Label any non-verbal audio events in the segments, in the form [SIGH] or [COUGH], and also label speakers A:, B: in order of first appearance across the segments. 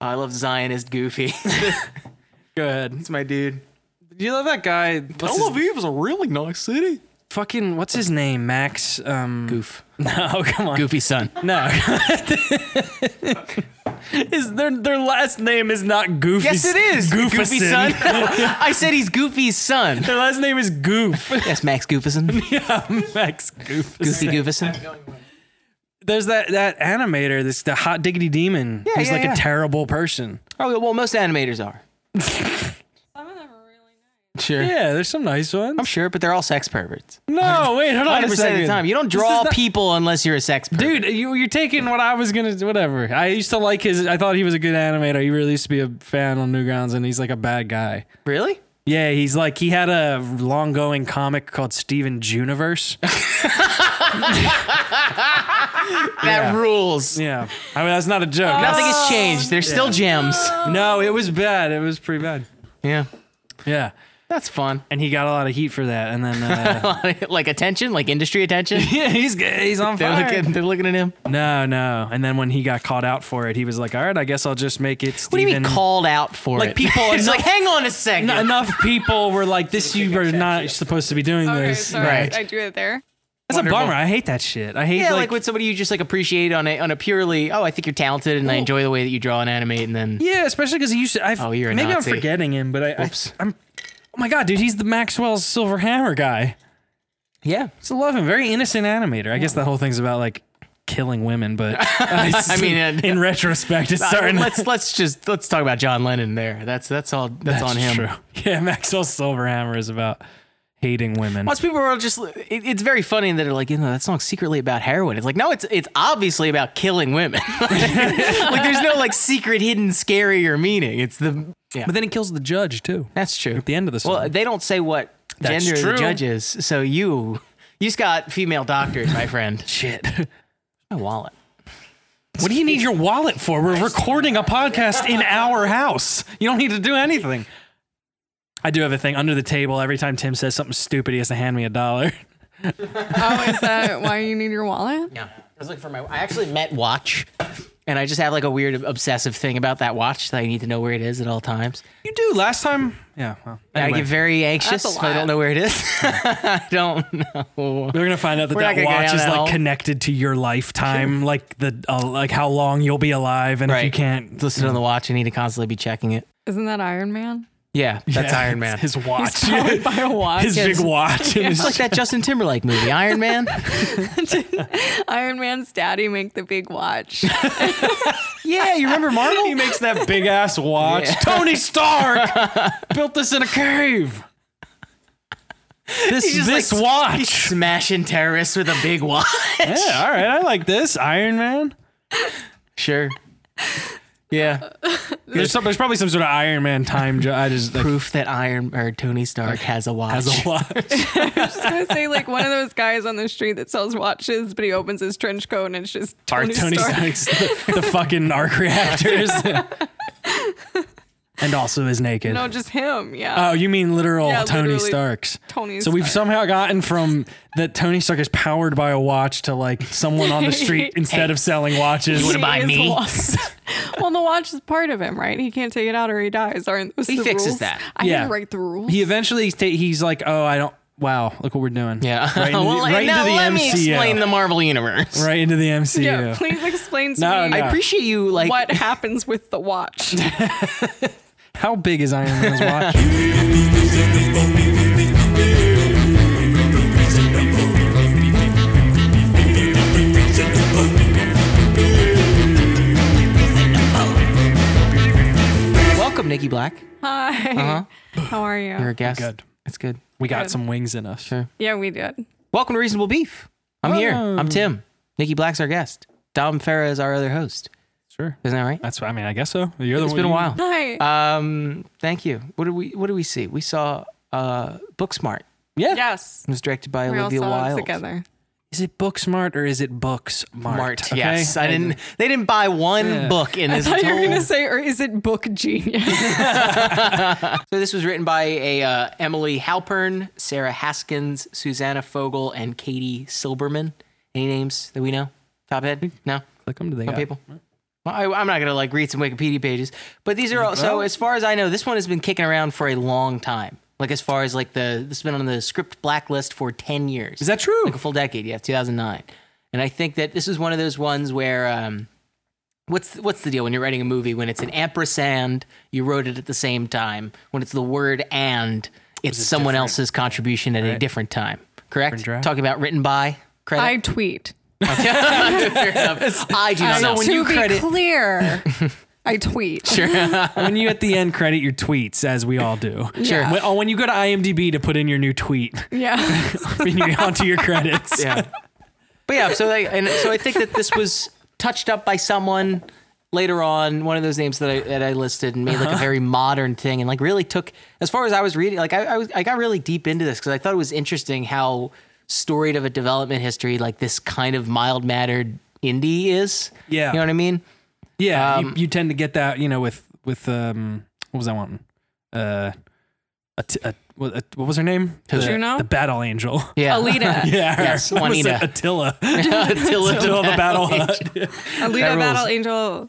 A: I love Zionist [LAUGHS] Goofy.
B: Good.
A: it's my dude.
B: Do you love that guy? What's his,
A: Aviv is a really nice city.
B: fucking what's his name? Max. Um,
A: Goof.
B: [LAUGHS] No, come on.
A: Goofy son.
B: No. [LAUGHS] is their their last name is not Goofy?
A: Yes, it is.
B: Goofy,
A: Goofy [LAUGHS] son. I said he's Goofy's son.
B: Their last name is Goof.
A: [LAUGHS] Yes, Max [LAUGHS] Goofison.
B: [LAUGHS] yeah, Max Goof.
A: Goofy Goofison.
B: There's that that animator, this the hot diggity demon.
A: Yeah,
B: who's
A: yeah,
B: like
A: yeah.
B: a terrible person.
A: Oh well, most animators
C: [LAUGHS]
A: are.
C: Some of them are really nice.
A: Sure.
B: Yeah, there's some nice ones.
A: I'm sure, but they're all sex perverts.
B: no, wait, hold on a
A: 100 percent of
B: second.
A: the time, you don't
B: This is
A: draw
B: not-
A: people unless you're a sex pervert.
B: Dude, you, you're taking what I was gonna. Whatever. I used to like his. I thought he was a good animator. He really used to be a fan on Newgrounds, and he's like a bad guy.
A: really?
B: Yeah, he's like he had a long going comic called Steven
A: [LAUGHS]
B: Juniverse.
A: That rules.
B: yeah, I mean that's not a joke.
A: Nothing
C: Oh,
A: has changed. They're still gems.
C: [LAUGHS]
B: No, it was bad. It was pretty bad.
A: Yeah,
B: Yeah,
A: that's [LAUGHS] fun.
B: and he got a lot of heat for that. And
A: [LAUGHS]
B: then uh, [LAUGHS]
A: like attention, like industry attention. [LAUGHS]
B: yeah, he's good. he's on
A: They're
B: fire.
A: looking. They're looking at him.
B: No, no. And then when he got caught out for it, he was like, "All right, I guess I'll just make it."
A: What
B: Steven.
A: do you mean called out for
B: Like
A: it? [LAUGHS]
B: people-
A: it's like, hang on a second.
B: N- enough people were like, "This
A: [LAUGHS]
B: you are not supposed to be doing
C: Okay,
B: this."
C: sorry,
A: Right.
C: I drew it there.
B: That's
A: Wonderful.
B: a bummer. I hate that shit. I hate
A: yeah, like,
B: like,
A: with somebody you just like appreciate on a on a purely. Oh, I think you're talented, and I enjoy the way that you draw and animate, and then
B: yeah, especially because he used to. I've,
A: Oh, you're a
B: maybe
A: Nazi.
B: I'm forgetting him, but I, I
A: Whoops.
B: I'm. Oh my god, dude, he's the Maxwell Silver Hammer guy.
A: yeah.
B: Just love him. Very innocent animator. I guess that whole thing's about like killing women,
A: [LAUGHS]
B: but I
A: mean, uh,
B: in retrospect, it's
A: I
B: starting.
A: mean,
B: to- [LAUGHS]
A: let's let's just let's talk about John Lennon there. That's that's all. That's, on him.
B: True. Yeah, Maxwell Silver Hammer is about hating women.
A: Most people are just. It, it's very funny that they're like, you know, that song's secretly about heroin. It's like, no, it's it's obviously about killing women. [LAUGHS] like, there's no like secret, hidden, scarier meaning. It's the yeah.
B: But then he kills the judge too.
A: That's true.
B: the end of the song.
A: Well, uh, they don't say what
B: That's
A: gender the
B: true.
A: judge is. So you, you just got female doctors, my friend.
B: Shit. [LAUGHS]
A: My wallet.
B: What do you need your wallet for? We're recording a podcast in our house. You don't need to do anything. I do have a thing under the table. Every time Tim says something stupid, he has to hand me
A: [LAUGHS]
B: a dollar.
C: Oh, is [LAUGHS] that why you need your wallet?
A: Yeah. I was looking for my. I actually met watch, and I just have like a weird obsessive thing about that watch that I need to know where it is at all times.
B: You do. Last time, yeah. Well,
A: I
B: anyway.
A: get very anxious
C: That's a
A: if I don't
C: lot.
A: know where it is. [LAUGHS] I don't know.
B: We're gonna find out that
A: We're not
B: that
A: gonna go
B: watch
A: down
B: is
A: that
B: like
A: hole.
B: connected to your lifetime, like the uh, like how long you'll be alive, and if you can't.
A: listen on the watch, I need to constantly be checking it.
C: Isn't that Iron Man?
A: Yeah, that's
B: Yeah,
A: Iron Man.
B: His [LAUGHS] watch.
C: Powered by a watch.
B: his big watch. and his-
A: It's like that Justin Timberlake movie, Iron
B: [LAUGHS]
A: Man.
C: Iron Man's daddy make the big watch. [LAUGHS]
A: yeah, you remember Marvel?
B: [LAUGHS] he makes that big ass watch.
A: [LAUGHS]
B: Tony Stark built this in a cave. This
A: just,
B: this
A: like,
B: watch.
A: Smashing terrorists with a big watch.
B: Yeah, all right. I like this Iron Man.
A: Sure. Yeah.
B: There's, some, there's probably some sort of Iron Man time. Jo- I just like,
A: Proof that Iron or Tony Stark has a watch.
B: as
C: [LAUGHS]
B: a watch.
C: I was gonna say like one of those guys on the street that sells watches, but he opens his trench coat and it's just
B: Our
C: Tony,
B: Tony
C: Stark.
B: Stark's the, the fucking arc reactors, and also is naked.
C: No, just him. Yeah.
B: Oh, you mean literal
C: Yeah,
B: Tony
C: literally
B: Starks.
C: Tony
B: So we've
C: Stark.
B: somehow gotten from that Tony Stark is powered by a watch to like someone on the
C: [LAUGHS]
B: street instead of selling watches.
A: wanna
C: He
A: buy
C: is
A: me?
C: [LAUGHS] lost. well, the watch is part of him, right? He can't take it out or he dies. Aren't those
A: He
C: the
A: fixes
C: rules?
A: that.
C: I
B: Yeah.
C: didn't write the rules.
B: He eventually sta- he's like, oh, I don't. Wow, look what we're doing.
A: yeah. [LAUGHS]
C: [LAUGHS]
B: right into
A: well,
B: the, right
A: now
B: into the
A: let me
B: MCU.
A: explain the Marvel universe.
B: right into the MCU.
C: yeah. [LAUGHS] Please explain to
B: No,
C: me
B: no.
A: I appreciate you like
C: what happens with the [LAUGHS] watch.
B: How big is Iron [LAUGHS] Man's watch?
A: [LAUGHS] welcome Nikki Black.
C: Hi. How are you?
A: You're a guest.
B: Good.
A: It's good.
B: we got
C: Good.
B: some wings in us.
C: yeah, we did.
A: Welcome to Reasonable Beef. I'm here. I'm
B: Hello.
A: Tim. Nikki Black's our guest. Dom Farah is our other host.
B: Sure.
A: Isn't that right?
B: That's what I mean. I guess so. You're the
A: It's
B: one-
A: been a
B: you-
A: while.
C: Hi.
A: Um, thank you. What did we what did we see? We saw uh Booksmart.
B: Yeah.
C: yes.
A: It was directed by
C: We all
A: Olivia
C: saw it
A: Wilde.
C: together.
B: Is it book smart or is it books smart?
A: Mart, yes. I didn't they didn't buy one
B: Yeah.
A: book in
C: I
A: this
C: thought you were
A: whole-
C: gonna say, or is it book genius?
A: So this was written by a uh, Emily Halpern, Sarah Haskins, Susanna Fogel, and Katie Silberman. Any names that we know? Top head? No?
B: Click them to the
A: No people? I, I'm not gonna like read some Wikipedia pages, but these are all. so as far as I know, this one has been kicking around for a long time. Like as far as like the this has been on the script blacklist for ten years.
B: Is that true?
A: Like a full decade? Yeah, 2009. And I think that this is one of those ones where um, what's what's the deal when you're writing a movie when it's an ampersand you wrote it at the same time when it's the word and it's someone else's contribution at a different time. Correct.
B: draft.
A: Talking about written by credit. [LAUGHS]
C: [LAUGHS] I tweet.
A: Fair enough. I do not
B: So
A: know.
B: when
C: to
B: you
C: be
B: credit-
C: clear, I tweet.
B: [LAUGHS] when you at the end credit your tweets, as we all [LAUGHS] do.
A: Sure.
B: When, oh, when you go to IMDb to put in your new [LAUGHS] tweet,
C: [LAUGHS] Yeah.
B: when you onto your credits.
A: yeah. But yeah, so they and so I think that this was touched up by someone later on, one of those names that I that I listed and made like
B: Uh-huh.
A: a very modern thing and like really took as far as I was reading, like I I, was, I got really deep into this because I thought it was interesting how storied of a development history like this kind of mild mannered indie is.
B: [LAUGHS] Yeah. Um,
A: You know what I mean?
B: Yeah, you, you tend to get that, you know, with with um, what was that one? Uh, a t- a, what, a, what was her name? The,
C: Juno?
B: the battle angel.
A: [LAUGHS] Yeah.
C: Alita.
B: [LAUGHS] Yeah,
A: Yes,
B: [LAUGHS] what was it?
A: Juanita.
B: Attila. [LAUGHS]
A: Attila
B: Attila the battle hut.
C: Alita
A: rules.
C: Battle Angel.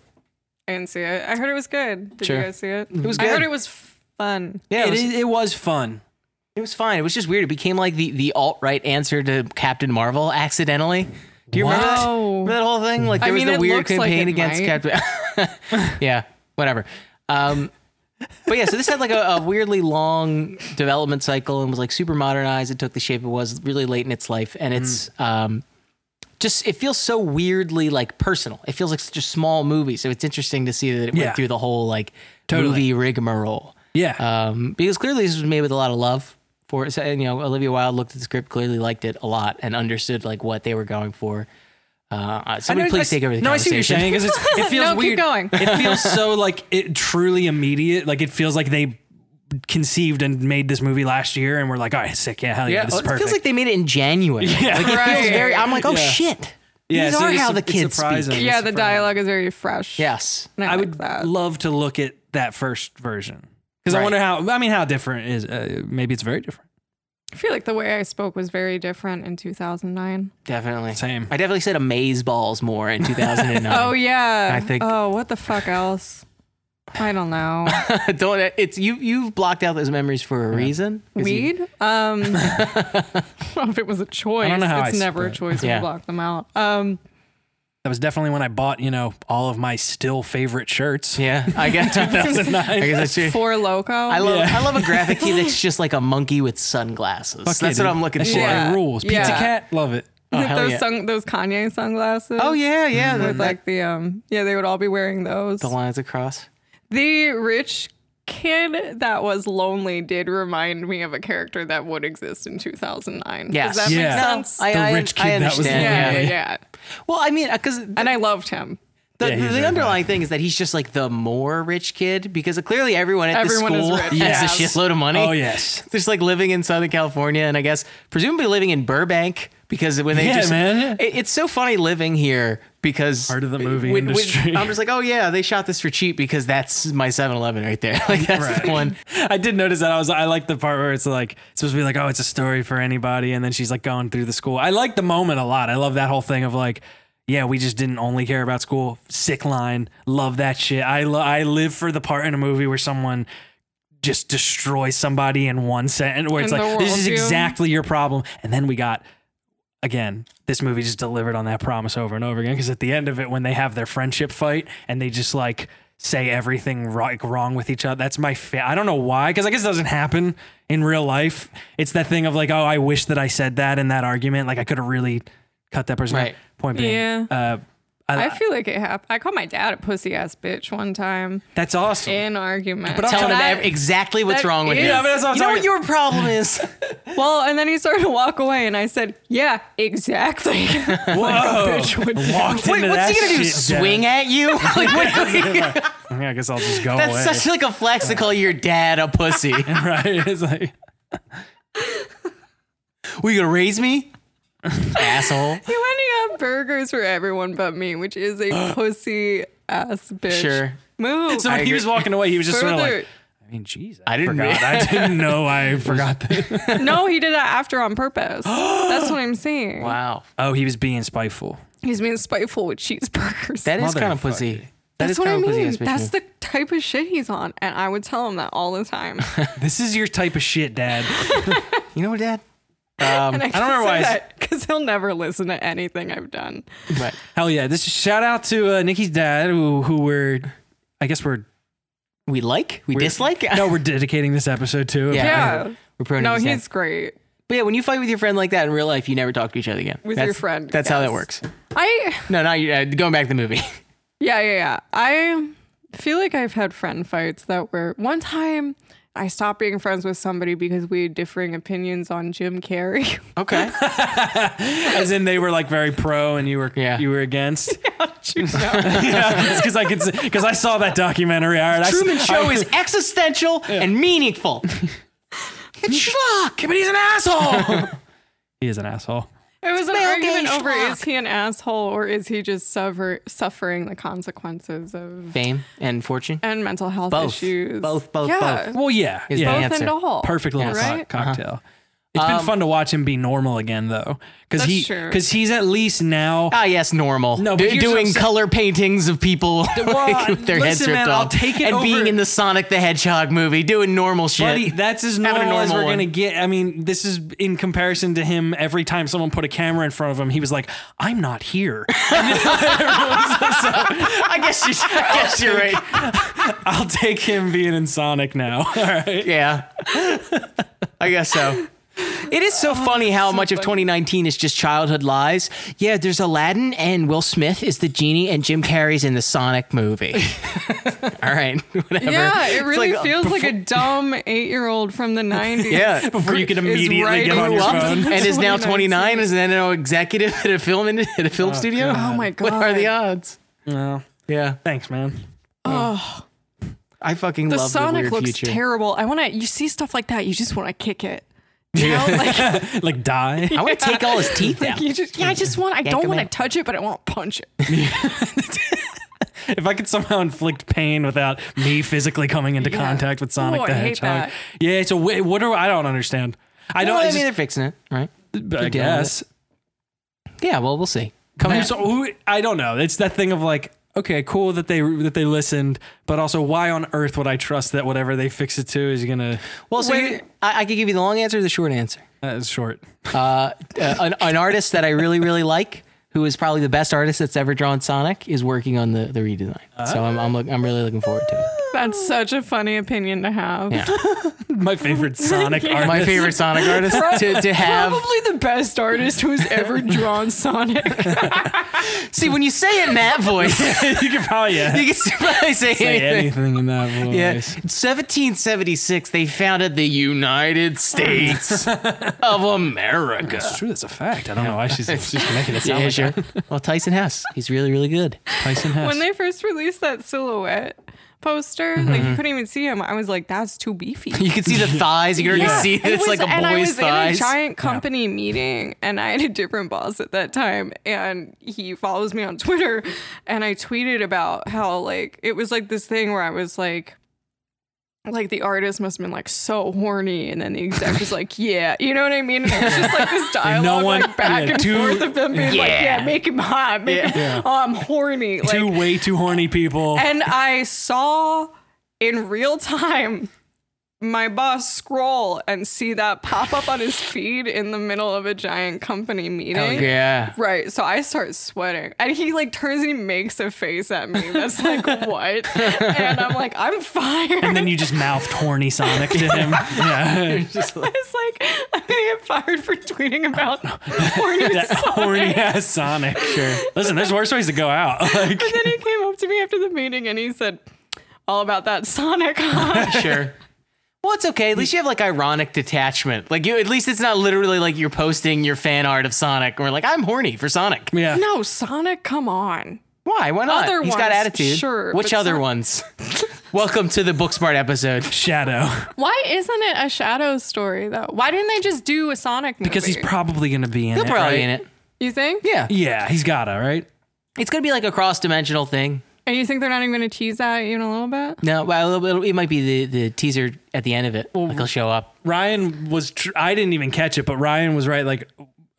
C: I didn't see it. I heard it was good. Did
A: Sure.
C: you guys see it?
A: was
C: I heard
A: good.
C: it was fun.
A: Yeah,
B: it,
A: it was,
B: is- it was fun.
A: it was fine. It was just weird. It became like the the alt right answer to Captain Marvel accidentally. Do you remember that?
C: Oh.
A: Remember that whole thing? Like
C: I
A: there was
C: mean,
A: the
C: it
A: weird
C: looks like
A: campaign
C: it
A: against
C: might.
A: Captain. [LAUGHS] yeah, whatever. Um, but yeah, so this had like a, a weirdly long development cycle and was like super modernized. It took the shape it was really late in its life, and it's
C: Mm.
A: um, just it feels so weirdly like personal. It feels like such a small movie, so it's interesting to see that it
B: Yeah.
A: went through the whole like
B: Totally.
A: movie rigmarole.
B: Yeah.
A: Um, because clearly this was made with a lot of love for it. So, and, you know, Olivia Wilde looked at the script, clearly liked it a lot, and understood like what they were going for. Uh, Uh,
B: I know,
A: somebody please
B: I-
A: take over the
B: no, I see
A: conversation.
B: what you're
A: [LAUGHS]
B: saying because it feels
C: No, keep
B: weird.
C: going.
B: It feels so like it truly immediate. Like it feels like they conceived and made this movie last year, and we're like, all right, sick, yeah, hell yeah, this is
A: oh, it
B: perfect.
A: feels like they made it in [LAUGHS] January.
B: [LAUGHS] Yeah.
A: Like, it feels
C: Right.
A: very. I'm like, oh
B: Yeah.
A: shit.
B: yeah,
A: These
B: so
A: are
B: it's
A: how
B: su-
A: the
B: it's
A: kids speak.
B: surprising. It's
C: Yeah, the
B: surprising.
C: dialogue is very fresh.
A: Yes.
C: And I,
B: I
C: like
B: would
C: that.
B: love to look at that first version because I
A: Right.
B: wonder how. I mean, how different is? Uh, maybe it's very different.
C: I feel like the way I spoke was very different in 2009.
A: Definitely.
B: Same.
A: I definitely said amaze balls more in 2009. [LAUGHS]
C: Oh yeah.
A: I think-
C: Oh, what the fuck else? I don't know.
A: Oh. [LAUGHS] Don't. It's you. You've blocked out those memories for a reason. 'Cause you-
C: Weed? Um,
A: [LAUGHS]
C: [LAUGHS] I don't know if it was a choice.
B: I don't know how
C: it's
B: I
C: never a
B: split.
C: choice
A: uh, Yeah.
C: to block them out. Um,
B: That was definitely when I bought you know all of my still favorite shirts. [LAUGHS]
A: yeah. I [LAUGHS] guess. I guess that's true.
C: for
A: [LAUGHS]
C: Loco.
A: I love
B: Yeah.
A: I love a graphic tee
B: [LAUGHS]
A: that's just like a monkey with sunglasses. that's
B: Yeah,
A: what
B: dude.
A: I'm looking
B: That
A: for.
B: shit
C: Yeah.
B: rules.
C: Yeah.
B: Pizza Cat, love it.
A: Oh, hell
C: those
A: yeah.
C: sun, those Kanye sunglasses.
A: Oh yeah, yeah.
B: Mm-hmm.
C: With
A: The,
C: like the um, yeah, they would all be wearing those.
A: the lines across.
C: The rich kid that was lonely did remind me of a character that would exist in 2009.
A: Yes.
C: Does that
B: Yeah.
C: make
B: No,
C: sense?
A: I,
B: The
A: I,
B: rich
A: I
B: kid that was
A: understand.
C: yeah, yeah,
A: yeah.
C: yeah,
A: Well, I mean, because
C: And I loved him.
A: the,
B: Yeah, he's
A: the
B: very
A: underlying thing is that he's just like the more rich kid because clearly everyone at
C: Everyone
A: the
C: is
A: school
C: rich.
A: has
B: Yes.
A: a shitload of money.
B: Oh yes.
A: just like living in Southern California, and I guess presumably living in Burbank because when they
B: Yeah,
A: just
B: man.
A: It- it's so funny living here because
B: Part of the movie
A: when- when-
B: industry.
A: I'm just like, oh yeah, they shot this for cheap because that's my 7-Eleven right there. [LAUGHS] Like [LAUGHS] that's
B: Right.
A: the one.
B: I did notice that. I was I like the part where it's like it's supposed to be like, oh, it's a story for anybody, and then she's like going through the school. I like the moment a lot. I love that whole thing of like, yeah, we just didn't only care about school. Sick line, love that shit. I lo- I live for the part in a movie where someone just destroys somebody in one sentence, where it's
C: In the
B: like this
C: world,
B: is
C: dude.
B: exactly your problem, and then we got. Again, this movie just delivered on that promise over and over again. Because at the end of it, when they have their friendship fight and they just like say everything ro- like wrong with each other, that's my fa- I don't know why. Because I guess it doesn't happen in real life. It's that thing of like, oh, I wish that I said that in that argument. Like I could have really cut that person. out.
A: Right.
B: Point being,
C: Yeah.
B: uh, I,
C: I feel like it happened. I called my dad a pussy ass bitch one time
B: that's awesome.
C: in argument.
B: But I'm
A: telling him
C: And I-
A: ev- exactly what's
C: that
A: wrong with
C: is-
A: you.
C: Yeah, but
B: that's what I'm
A: you know
B: talking-
A: what your problem
B: [LAUGHS]
A: is.
C: well, and then he started to walk away, and I said, "Yeah, exactly." [LAUGHS]
B: Whoa!
C: bitch would do.
B: Walked
A: Wait,
B: into
A: what's
B: that
A: he gonna do?
B: shit,
A: Swing at you? [LAUGHS] Like,
B: [LAUGHS]
A: what-
B: Dad. I guess I'll just go
A: that's
B: away.
A: such like a flex to call your dad a pussy.
B: [LAUGHS] right? It's like
A: Were you gonna raise
B: [LAUGHS]
A: me, asshole?
C: he went to have burgers for everyone but me, which is a pussy ass bitch.
A: Sure.
C: Move.
B: so when he was walking away. He was just sort of
C: Further.
B: like, I mean, jeez,
A: I didn't
B: forgot. I didn't know I forgot that.
C: no, he did that after on purpose. That's what I'm saying.
A: Wow,
B: Oh, he was being spiteful.
C: He's being spiteful with cheeseburgers.
A: that is kind of pussy.
B: Motherfucker.
A: That
C: That's
A: is
C: what I
A: Kyle
C: mean.
A: Kuzia's bitch
C: That's
A: move.
C: the type of shit he's on, and I would tell him that all the time.
B: This is your type of shit, Dad.
A: You know what, Dad? Um,
C: And I,
B: I don't remember why I s-
C: because he'll never listen to anything I've done.
A: right.
B: Hell yeah! This is shout out to uh, Nikki's dad, who, who we're, I guess we're
A: We like, we
B: We're-
A: dislike.
B: [LAUGHS] no, we're dedicating this episode
A: Yeah.
B: to.
C: Yeah.
A: [LAUGHS] We're pronoun
C: No,
A: is that.
C: he's great.
A: But yeah, when you fight with your friend like that in real life, you never talk to each other again.
C: With
A: That's-
C: your friend,
A: That's how that
C: yes.
A: works.
C: I
A: No, not you. Uh, going back to the movie.
C: Yeah, yeah, yeah. I feel like I've had friend fights that were one time I stopped being friends with somebody because we had differing opinions on Jim Carrey. [LAUGHS]
A: [LAUGHS] Okay.
B: As in, they were like very pro, and you were
A: Yeah.
B: you were against. [LAUGHS] yeah, because I could because I saw that documentary. All right, I s-
A: Truman Show
B: I- [LAUGHS]
A: is [LAUGHS] existential and meaningful. [LAUGHS]
B: schlock, but he's an asshole. [LAUGHS] he is an asshole.
C: It was an
A: Male
C: argument
A: gay
C: over
A: schlock.
C: is he an asshole or is he just suffer- suffering the consequences of
A: Fame and fortune.
C: and mental health
A: Both.
C: issues.
A: Both, both,
C: yeah.
B: Well, yeah,
A: Is
B: yeah.
A: the
C: Both
A: Answer.
C: and all.
B: Perfect little
A: Yes.
B: co-
C: Oh, Right?
B: cocktail. It's been
A: Um,
B: fun to watch him be normal again, though, because he
C: That's true.
B: because he's at least now.
A: Ah, yes, normal.
B: No, but
A: Do-
B: here's what I'm
A: doing
B: saying.
A: color paintings of people like, [LAUGHS] with their
B: listen,
A: heads ripped
B: man, I'll
A: off,
B: take it
A: and
B: over-
A: being in the Sonic the Hedgehog movie, doing normal shit.
B: Buddy, that's as normal,
A: Having a
B: as
A: normal
B: we're
A: one.
B: gonna get. I mean, this is in comparison to him. Every time someone put a camera in front of him, he was like, "I'm not here."
A: [LAUGHS]
B: [LAUGHS]
A: I guess you. I guess you're right.
B: I'll take him being in Sonic now. [LAUGHS] All right.
A: Yeah. I guess so. It is so
C: Oh,
A: funny how much of 2019 is just childhood lies. Yeah, there's Aladdin and Will Smith is the genie and Jim Carrey's in the Sonic
C: [LAUGHS]
A: movie. All right, [LAUGHS] whatever.
C: Yeah, it
A: It's
C: really
A: like, uh,
C: feels like a dumb eight year old
A: [LAUGHS]
C: from the 90s.
A: Yeah.
B: Before you can
C: Is
B: immediately
C: right
B: get on
C: grew
B: your
C: up.
B: phone.
A: [LAUGHS] and is now
C: 2019.
A: 29 is then an executive at a film in, at a film studio.
C: Oh my God.
A: What are the odds?
B: No.
A: Yeah,
B: Thanks, man. [LAUGHS]
A: I fucking
C: The
A: love
C: Sonic
A: the weird
C: looks
A: future.
C: terrible. I want to, you see stuff like that, you just want to kick it. You know,
A: [LAUGHS]
C: like,
B: Like die.
A: I want to take
C: [LAUGHS]
A: all his teeth
C: Like
A: out.
C: you just, yeah, I just want. I don't
A: him
C: want to
A: out.
C: touch it, but I want to punch it.
B: if I could somehow inflict pain without me physically coming into contact with Sonic
C: Oh, I
B: the
C: hate
B: Hedgehog.
C: that.
B: Yeah. So wait, what do I don't understand? I don't.
A: Well, I
B: I,
A: mean, they're fixing it, right?
B: just- I
A: with it.
B: guess.
A: Yeah. Well, we'll see. Come
B: Who's-
A: on.
B: who- I don't know. It's that thing of like, okay, cool that they that they listened, but also why on earth would I trust that whatever they fix it to is gonna
A: Well, so
C: Wait.
A: you, I, I could give you the long answer or the short answer.
B: uh, it's short.
A: uh, an, an artist that I really, really like, who is probably the best artist that's ever drawn Sonic, is working on the, the redesign. so I'm, I'm, look, I'm really looking forward to it.
C: That's [LAUGHS] such a funny opinion to have.
A: Yeah. [LAUGHS]
B: My favorite Sonic artist.
A: My favorite Sonic artist to, to have.
C: Probably the best artist [LAUGHS] who's ever drawn [LAUGHS] Sonic.
A: See, when you say it in that voice, [LAUGHS] you
B: [LAUGHS] you could probably
A: [LAUGHS]
B: yeah,
A: can probably say,
B: say
A: anything.
B: anything in that voice.
A: [LAUGHS] Yeah. 1776, they founded the United States of America.
B: It's true, that's a fact. I don't know
A: [LAUGHS]
B: why she's, she's making it sound
A: Yeah,
B: like
A: sure. Well, Tyson Hess, he's really, really good.
B: Tyson Hess.
C: when they first released that silhouette poster, like you couldn't even see him. I was like, that's too beefy.
A: You can see [LAUGHS] the thighs. You can already see
C: it
A: it's
C: was-
A: like a boy's
C: and I was
A: thighs.
C: in a giant company meeting, and I had a different boss at that time, and he follows me on Twitter, and I tweeted about how like it was like this thing where I was like. Like the artist must have been like so horny, and then the exec was like, "Yeah," you know what I mean? And it was just like this dialogue,
B: one-
C: like back
B: yeah,
C: and
B: two-
C: forth of them being like,
A: Yeah.
C: "Yeah, make him hot, make him, oh, I'm horny." Like,
B: Two way too horny people.
C: and I saw in real time my boss scroll and see that pop up on his feed in the middle of a giant company meeting.
A: yeah.
C: Right, so I start sweating, and he like turns and he makes a face at me that's
B: [LAUGHS]
C: like what, and I'm like I'm fired.
B: And
C: [LAUGHS]
B: then you just mouthed horny Sonic to him. [LAUGHS] Yeah.
C: I was like I'm gonna get fired for tweeting
B: [LAUGHS]
C: about horny
B: that
C: Sonic.
B: horny ass Sonic. Sure. Listen, there's worse ways to go out. [LAUGHS] Like
C: [LAUGHS] And then he came up to me after the meeting and he said all about that Sonic. [LAUGHS] huh?"
A: [LAUGHS] sure. Well, it's okay. At least you have like ironic detachment. Like you, at least it's not literally like you're posting your fan art of Sonic or like I'm horny for Sonic.
B: yeah.
C: no, Sonic, come on.
A: Why? Why not?
C: Other
A: He's got
C: ones,
A: attitude.
C: sure,
A: Which
C: but
A: other
C: Son- [LAUGHS]
A: ones? Welcome to the Booksmart episode.
B: Shadow.
C: Why isn't it a shadow story though? Why didn't they just do a Sonic movie?
B: Because he's probably gonna be in
A: He'll
B: it.
A: probably in
B: right?
A: it.
C: you think?
A: Yeah.
B: Yeah, he's gotta, right?
A: It's gonna be like a cross-dimensional thing.
C: And you think they're not even going to tease that even a little bit?
A: No, well, it'll, it'll, it might be the, the teaser at the end of it. like he'll show up.
B: Ryan was. Tr- I didn't even catch it, but Ryan was right. Like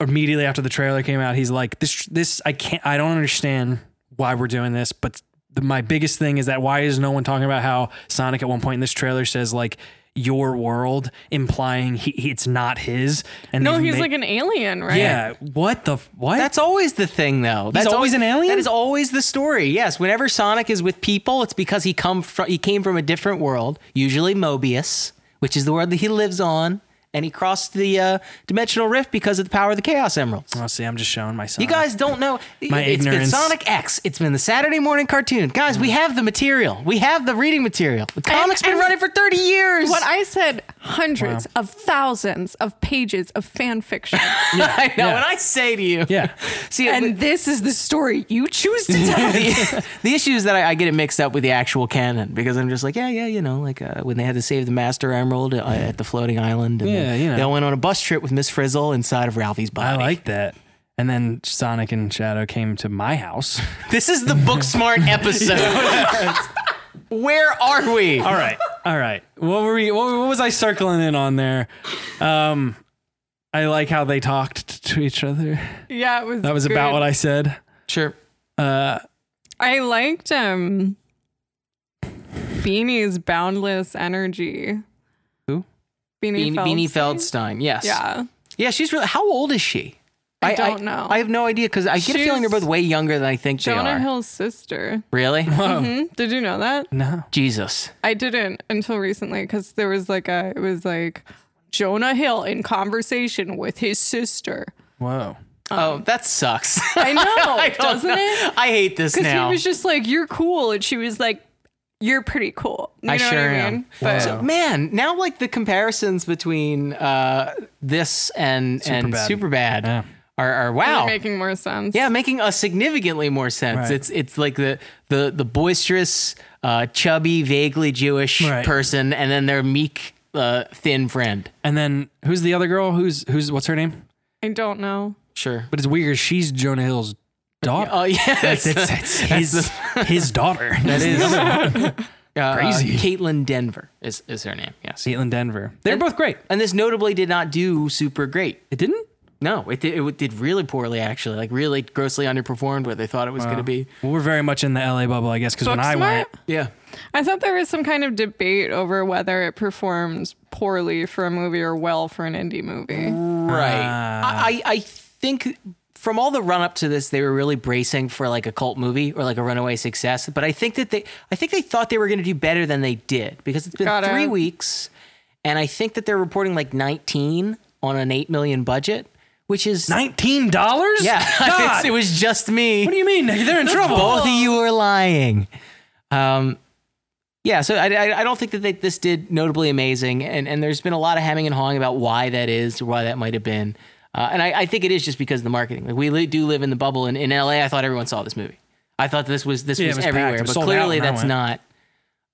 B: immediately after the trailer came out, he's like, "This, this, I can't. I don't understand why we're doing this, but." the- my biggest thing is that why is no one talking about how Sonic at one point in this trailer says like your world, implying he, he- it's not his. And
C: No,
B: they've
C: he's
B: made-
C: like an alien, right?
B: yeah. What the f- what?
A: That's always the thing, though. That's
B: always an alien?
A: That is always the story. Yes, whenever Sonic is with people, it's because he come from he came from a different world, usually Mobius, which is the world that he lives on, and he crossed the uh, dimensional rift because of the power of the Chaos Emeralds.
B: oh, see, I'm just showing myself.
A: You guys don't know.
B: My
A: it's
B: ignorance.
A: been Sonic X. It's been the Saturday morning cartoon. Guys, we have the material. We have the reading material. The comic's been
C: and-
A: running for 30 years.
C: What I said, hundreds of thousands of pages of fan fiction.
A: [LAUGHS] I know.
B: yeah.
A: And I say to you.
B: [LAUGHS] Yeah.
A: See,
C: and this is the story you
B: [LAUGHS]
C: choose to tell.
A: the, the issue is that I, I get it mixed up with the actual canon because I'm just like, yeah, yeah, you know, like uh, when they had to save the Master Emerald uh, at the floating island. And
B: Yeah,
A: then
B: you know.
A: They all went on a bus trip with Miss Frizzle inside of Ralphie's body.
B: I like that. And then Sonic and Shadow came to my house.
A: This is the book smart episode. Where are we?
B: [LAUGHS] All right. All right. What were we? What, what was I circling in on there? Um, I like how they talked to each other.
C: yeah, it was.
B: That was about what I said.
A: Sure.
B: Uh,
C: I liked. Um, Beanie's boundless energy.
B: Who?
C: Beanie.
A: Beanie, Beanie
C: Feldstein?
A: Feldstein. Yes.
C: Yeah.
A: Yeah, she's really. How old is she?
C: I don't know.
A: I have no idea because I get a feeling they're
C: She's
A: both way younger than I think they
C: Jonah
A: are.
C: Hill's sister.
A: Really?
B: [LAUGHS] Oh.
C: Hmm? Did you know that?
B: no.
A: Jesus.
C: I didn't until recently because there was like a. It was like Jonah Hill in conversation with his sister.
B: Whoa.
A: oh, that sucks.
C: Um. I know,
A: [LAUGHS] I don't
C: doesn't
A: know.
C: it?
A: I hate this
C: Because
A: now.
C: he was just like, "You're cool," and she was like, "You're pretty cool." You
A: I
C: know
A: sure
C: what I
A: am.
C: mean? But
B: So-
A: Man, now like the comparisons between uh, this and and
B: Superbad.
A: Superbad
B: Yeah.
A: are, are
C: they're
A: wow.
C: making more sense.
A: yeah, making us significantly more sense.
B: Right.
A: It's it's like the the the boisterous, uh, chubby, vaguely Jewish
B: Right.
A: person, and then their meek, uh, thin friend.
B: And then who's the other girl? Who's who's what's her name?
C: I don't know.
A: Sure.
B: But it's weird. 'cause She's Jonah [LAUGHS] Hill's daughter.
A: Oh [LAUGHS] yeah,
B: It's, it's, it's [LAUGHS] his his daughter. [LAUGHS] That is
A: Uh,
B: Crazy.
A: Caitlin Denver is is her name. Yes.
B: Caitlin Denver. They're
A: And-
B: both great.
A: And this notably did not do super great.
B: It didn't.
A: No, it did, it did really poorly actually. Like really grossly underperformed what they thought it was going to be.
B: Well, we're very much in the LA bubble, I guess, because when I
C: Booksmart?
B: went,
A: Yeah.
C: I thought there was some kind of debate over whether it performed poorly for a movie or well for an indie movie.
A: Right.
B: Ah.
A: I, I I think from all the run up to this, they were really bracing for like a cult movie or like a runaway success. But I think that they I think they thought they were going to do better than they did because it's been
C: Got it.
A: three weeks, and I think that they're reporting like 19 on an eight million budget, which is
B: nineteen dollars. [LAUGHS]
A: yeah. [LAUGHS]
B: God.
A: it was just me.
B: what do you mean? They're in trouble.
A: Both e- of you are lying. Um, yeah, so I, I, I don't think that they, this did notably amazing, and, and there's been a lot of hemming and hawing about why that is, or why that might have been, uh, and I, I think it is just because of the marketing. Like we li- do live in the bubble, and in LA, I thought everyone saw this movie. I thought this was this
B: Yeah, it
A: was,
B: was packed.
A: everywhere,
B: It was
A: but
B: sold out
A: clearly
B: when I
A: that's
B: went.
A: not.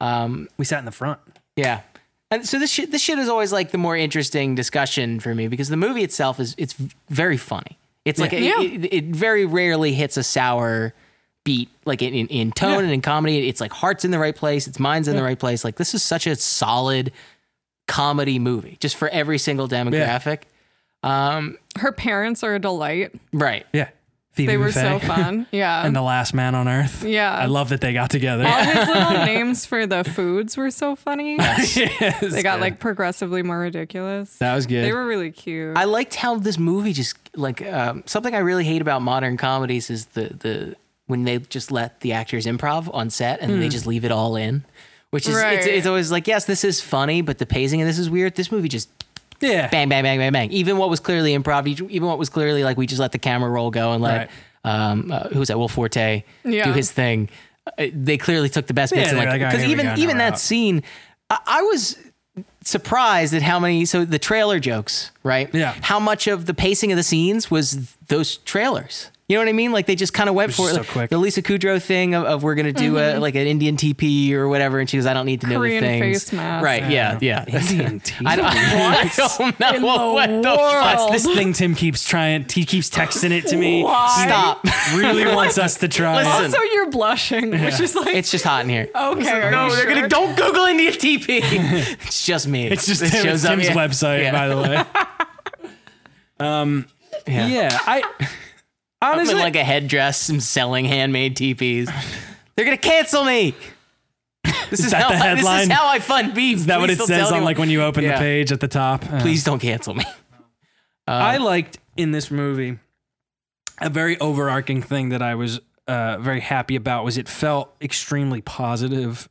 A: Um,
B: We sat in the front.
A: yeah. And so this shit, this shit is always like the more interesting discussion for me because the movie itself is it's v- very funny. It's like
C: Yeah.
A: It, it, it very rarely hits a sour beat like in, in, in tone and in comedy. It's like heart's in the right place, its mind's in the right place. Like this is such a solid comedy movie just for every single demographic. Um,
C: Her parents are a delight.
A: right.
B: Yeah, Phoebe
C: They were so
B: Buffay
A: [LAUGHS]
C: fun.
B: [LAUGHS]
C: Yeah.
B: and the Last Man on Earth.
C: Yeah.
B: I love that they got together. [LAUGHS]
A: [LAUGHS]
C: all his little names for the foods were so funny.
B: Yes.
C: They got like progressively more ridiculous.
B: that was good.
C: They were really cute.
A: I liked how this movie just like um, something I really hate about modern comedies is the the when they just let the actors improv on set and they just leave it all in, which is it's,
C: Right.
A: it's always like yes this is funny but the pacing of this is weird. This movie just
B: yeah,
A: bang bang bang bang bang. Even what was clearly improv, even what was clearly like we just let the camera roll go and let um uh, who's that Will Forte do
C: Yeah.
A: his thing. Uh, they clearly took the best bits and
B: Yeah, they were
A: like
B: like, "Oh,
A: because
B: here we
A: even
B: go, now
A: even
B: we're
A: that
B: out."
A: scene, I, I was surprised at how many so the trailer jokes right
B: Yeah.
A: how much of the pacing of the scenes was those trailers you know what i mean like they just kind of went for it
B: just
A: Like,
B: so quick.
A: the lisa kudrow thing of, of we're gonna do a like an indian tp or whatever and she goes i don't need to know
C: Mm-hmm. Korean
A: the things
C: face mask.
A: right yeah yeah,
B: Indian
A: I, don't, [LAUGHS] I don't know what the fuck
B: That's [LAUGHS] this thing Tim keeps trying. He keeps texting it to me.
C: Why?
A: Stop.
B: He really wants us to try. it.
A: Listen.
C: also, you're blushing, which is like
A: It's just hot in [LAUGHS] here.
C: okay. are
A: no,
C: you
A: they're
C: sure?
A: gonna don't Google India TP. [LAUGHS] it's just me.
B: It's just
A: It
B: Tim, it's
A: shows up,
B: Tim's
A: yeah.
B: website,
A: Yeah.
B: by the way.
A: [LAUGHS]
B: um, yeah. I
A: I'm in
B: honestly
A: like a headdress and selling handmade TPs. They're gonna cancel me. This is,
B: that
A: how
B: the
A: I, this is
B: headline?
A: how I fund beef.
B: Is that what it says on like when you open
A: Yeah.
B: the page at the top? Uh,
A: Please don't cancel me. Uh,
B: I liked in this movie a very overarching thing that I was uh, very happy about was it felt extremely positive,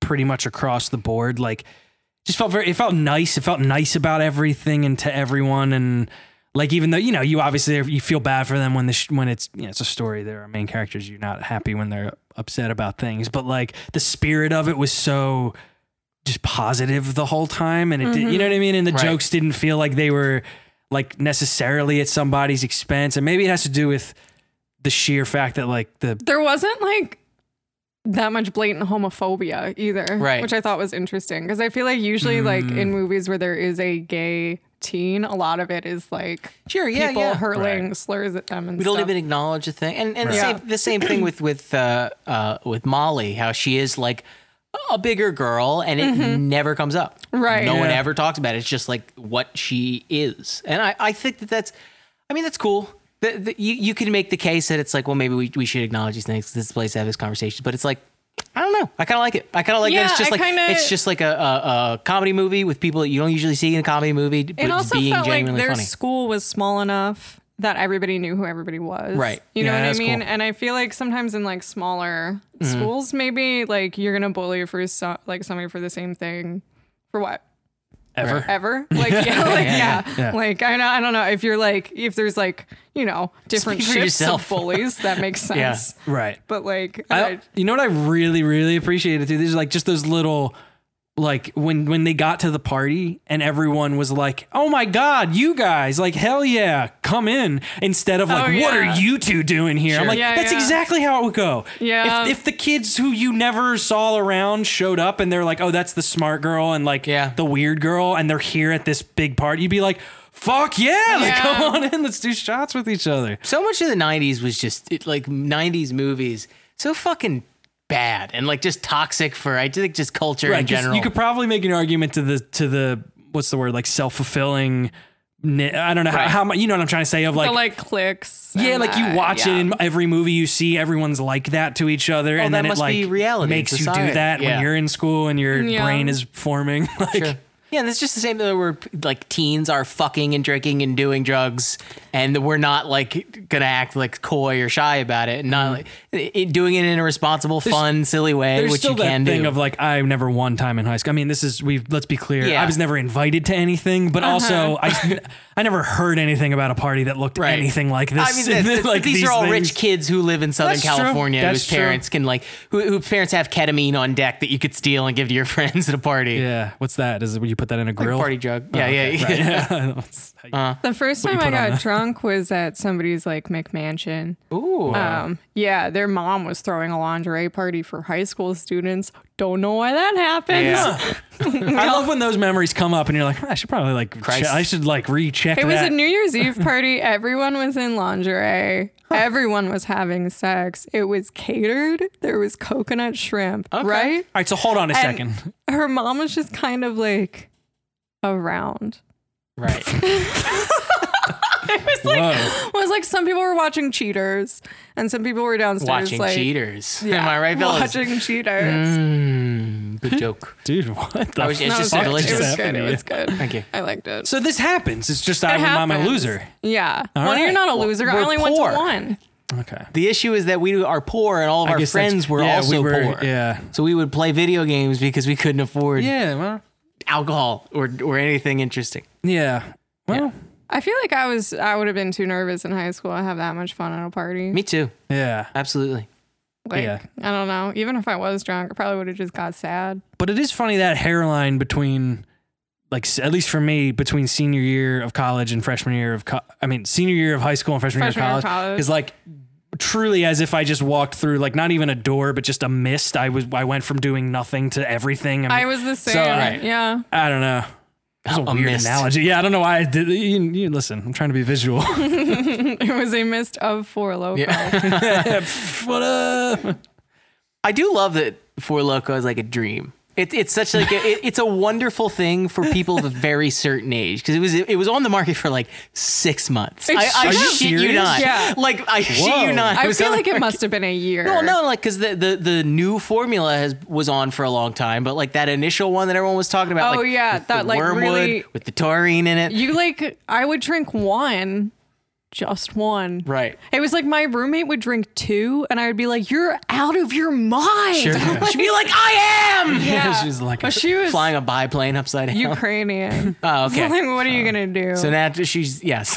B: pretty much across the board. Like, just felt very. It felt nice. It felt nice about everything and to everyone and. Like even though you know you obviously you feel bad for them when the sh- when it's you know, it's a story there are main characters you're not happy when they're upset about things but like the spirit of it was so just positive the whole time and it did, you know what I mean and the
A: Right.
B: jokes didn't feel like they were like necessarily at somebody's expense and maybe it has to do with the sheer fact that like the
C: There wasn't like that much blatant homophobia either,
A: Right. Mm.
C: Which I thought was interesting because I feel like usually like in movies where there is a gay teen, a lot of it is like
A: Sure, yeah,
C: people
A: yeah.
C: hurling slurs at them and
A: We don't
C: stuff.
A: even acknowledge a thing, and and the
C: Right.
A: same the same thing with with uh, uh, with Molly, how she is like a bigger girl, and it never comes up.
C: Mm-hmm. Right.
A: no one
B: Yeah.
A: ever talks about it. It's just like what she is, and I I think that that's, I mean that's cool. That that you you can make the case that it's like well maybe we we should acknowledge these things. This is the place to have this conversation, but it's like. I don't know. I kind of like it. I kind of like
C: Yeah,
A: that. It's just
C: I
A: like
C: kinda-
A: it's just like a, a, a comedy movie with people that you don't usually see in a comedy movie, but
C: It also
A: being
C: felt like
A: genuinely
C: their
A: funny.
C: school was small enough that everybody knew who everybody was.
A: Right.
C: You know
B: Yeah,
C: what I
B: that's
C: mean?
B: cool.
C: And I feel like sometimes in like smaller schools, maybe like you're gonna bully for so- like somebody for the same thing for what
B: ever
C: ever. Like yeah, like yeah.
B: yeah.
C: Like I know I don't know if you're like if there's like you know different
A: Speak for
C: shifts
A: yourself.
C: of bullies that makes
A: Yeah.
C: sense.
B: right
C: But like
B: I,
C: I,
B: you know what I really really appreciated too. There's like just those little like when when they got to the party and everyone was like, "Oh my god, you guys! Like hell yeah, come in!" Instead of like,
C: Oh,
B: "What
C: yeah.
B: are you two doing here?" I'm
A: Sure.
B: like,
C: Yeah,
B: "That's
C: yeah.
B: exactly how it would go."
C: Yeah.
B: If, if the kids who you never saw around showed up and they're like, "Oh, that's the smart girl and like
A: Yeah.
B: the weird girl," and they're here at this big party, you'd be like. Fuck yeah! Like,
C: Yeah.
B: come on in. Let's do shots with each other.
A: so much of the 90s was just it, like 90s movies so fucking bad and like just toxic for i think just culture in
B: 'cause
A: general
B: You could probably make an argument to the to the what's the word like self fulfilling. I don't know how,
A: Right.
B: how much you know what I'm trying to say of like.
C: the like clicks.
B: yeah,
C: and
B: like you
C: that,
B: watch
C: yeah.
B: it in every movie you see, everyone's like that to each other, and
A: that
B: then it
A: must
B: like
A: be reality,
B: makes you
A: society,
B: do that
A: yeah.
B: when you're in school and your
C: Yeah.
B: brain is forming. [LAUGHS] Like,
A: Sure. yeah and it's just the same that we're like teens are fucking and drinking and doing drugs and we're not like gonna act like coy or shy about it and not like i- i- doing it in a responsible fun silly way
B: Mm-hmm. There's
A: which
B: still
A: you
B: that
A: can
B: thing
A: do
B: of like I never one time in high school. I mean, this is we. Let's be clear.
A: Yeah.
B: I was never invited to anything,
C: Uh-huh.
B: but also I,
C: [LAUGHS]
B: I never heard anything about a party that looked
A: Right.
B: anything like this.
A: I mean,
B: [LAUGHS]
A: that's- that's-
B: like
A: these, are all rich
B: things.
A: kids who live in Southern
B: That's true.
A: California
B: That's
A: whose
B: true.
A: parents can like, who, who parents have ketamine on deck that you could steal and give to your [LAUGHS] friends at a party.
B: Yeah, what's that? Is it when you put that in a grill?
A: Party drug. Yeah, yeah, yeah. [LAUGHS]
B: yeah. Uh,
C: The first time I
B: put on
C: got drunk was at somebody's like McMansion.
A: [LAUGHS] Ooh.
C: Um, yeah, their mom was throwing a lingerie party for high school students. Don't know why that happened.
A: Yeah.
B: I love when those memories come up and you're like, I should probably like,
A: Christ.
B: che- I should like recheck
C: [LAUGHS] It was
B: that.
C: a New Year's Eve party. Everyone was in lingerie. Everyone was having sex. It was catered. There was coconut shrimp, right?
B: all right, so hold on a
C: And-
B: second.
C: [LAUGHS] Her mom was just kind of like around.
A: Right.
B: Whoa.
C: It was like some people were watching Cheaters and some people were downstairs
A: Watching
C: like
A: cheaters. Am I right, fellas?
C: watching Cheaters.
A: Mm, good joke.
B: Dude, what the
A: I was-
B: fuck
A: it's
C: No,
A: just
B: just
C: it was,
A: sacrilegious.
C: good. it was good.
B: happened to
C: It
B: you?
C: was good.
A: Thank you.
C: I liked
B: [LAUGHS]
C: it.
B: So this happens. It's just I
C: It
B: am a
C: happens.
B: loser.
C: Yeah.
B: All
C: well, you're
B: right.
C: not a loser. I
A: we're
C: only
A: poor.
C: went to one.
B: Okay.
A: The issue is that we are poor, and all of
B: I
A: our
B: guess that's-
A: friends were
B: yeah,
A: also
B: we were-
A: poor.
B: Yeah.
A: So we would play video games because we couldn't afford
B: Yeah. Well.
A: alcohol or or anything interesting.
B: Yeah. Well.
C: I feel like I was I would have been too nervous in high school to have that much fun at a party.
A: Me too.
B: Yeah.
A: Absolutely.
C: Like
B: Yeah.
C: I don't know. Even if I was drunk, I probably would have just got sad.
B: But it is funny that hairline between, like, s- at least for me, between senior year of college and freshman year of, co- I mean, senior year of high school and freshman,
C: Freshman
B: year
C: year
B: of
C: of
B: college
C: college.
B: is like truly as if I just walked through, like, not even a door, but just a mist. I was, I went from doing nothing to everything. mean,
C: I was the same.
B: right.
C: Yeah.
B: I don't know. That's a,
A: A
B: weird
A: mist.
B: analogy. Yeah, I don't know why I did. You, you listen. I'm trying to be visual. [LAUGHS]
C: It was a mist of four local.
B: what up?
A: I do love that Four Loco is like a dream. It, it's such like a, it, it's a wonderful thing for people of a very certain age because it was it was on the market for like six months. I,
C: It's-
A: I
C: Are you
A: shit you
B: serious?
A: not.
C: Yeah.
A: [LAUGHS] Like I shit you not.
C: I
A: was
C: feel
A: on the
C: like it
A: market.
C: must have been a year.
A: Well, no, like because the, the the new formula has was on for a long time, but like that initial one that everyone was talking about.
C: Oh,
A: like,
C: yeah,
A: with
C: that,
A: the
C: like,
A: wormwood
C: really-
A: with the taurine in it.
C: You like I would drink one, just one. [LAUGHS]
A: right.
C: It was like my roommate would drink two, and I would be like, "You're out of your mind."
B: Sure.
A: She'd be like, I am
C: [LAUGHS] Yeah.
B: She's like,
C: but she was
A: flying a biplane upside down.
C: Ukrainian.
A: oh, okay.
C: [LAUGHS] Like, what are you gonna do?
A: so now [LAUGHS] she's yes,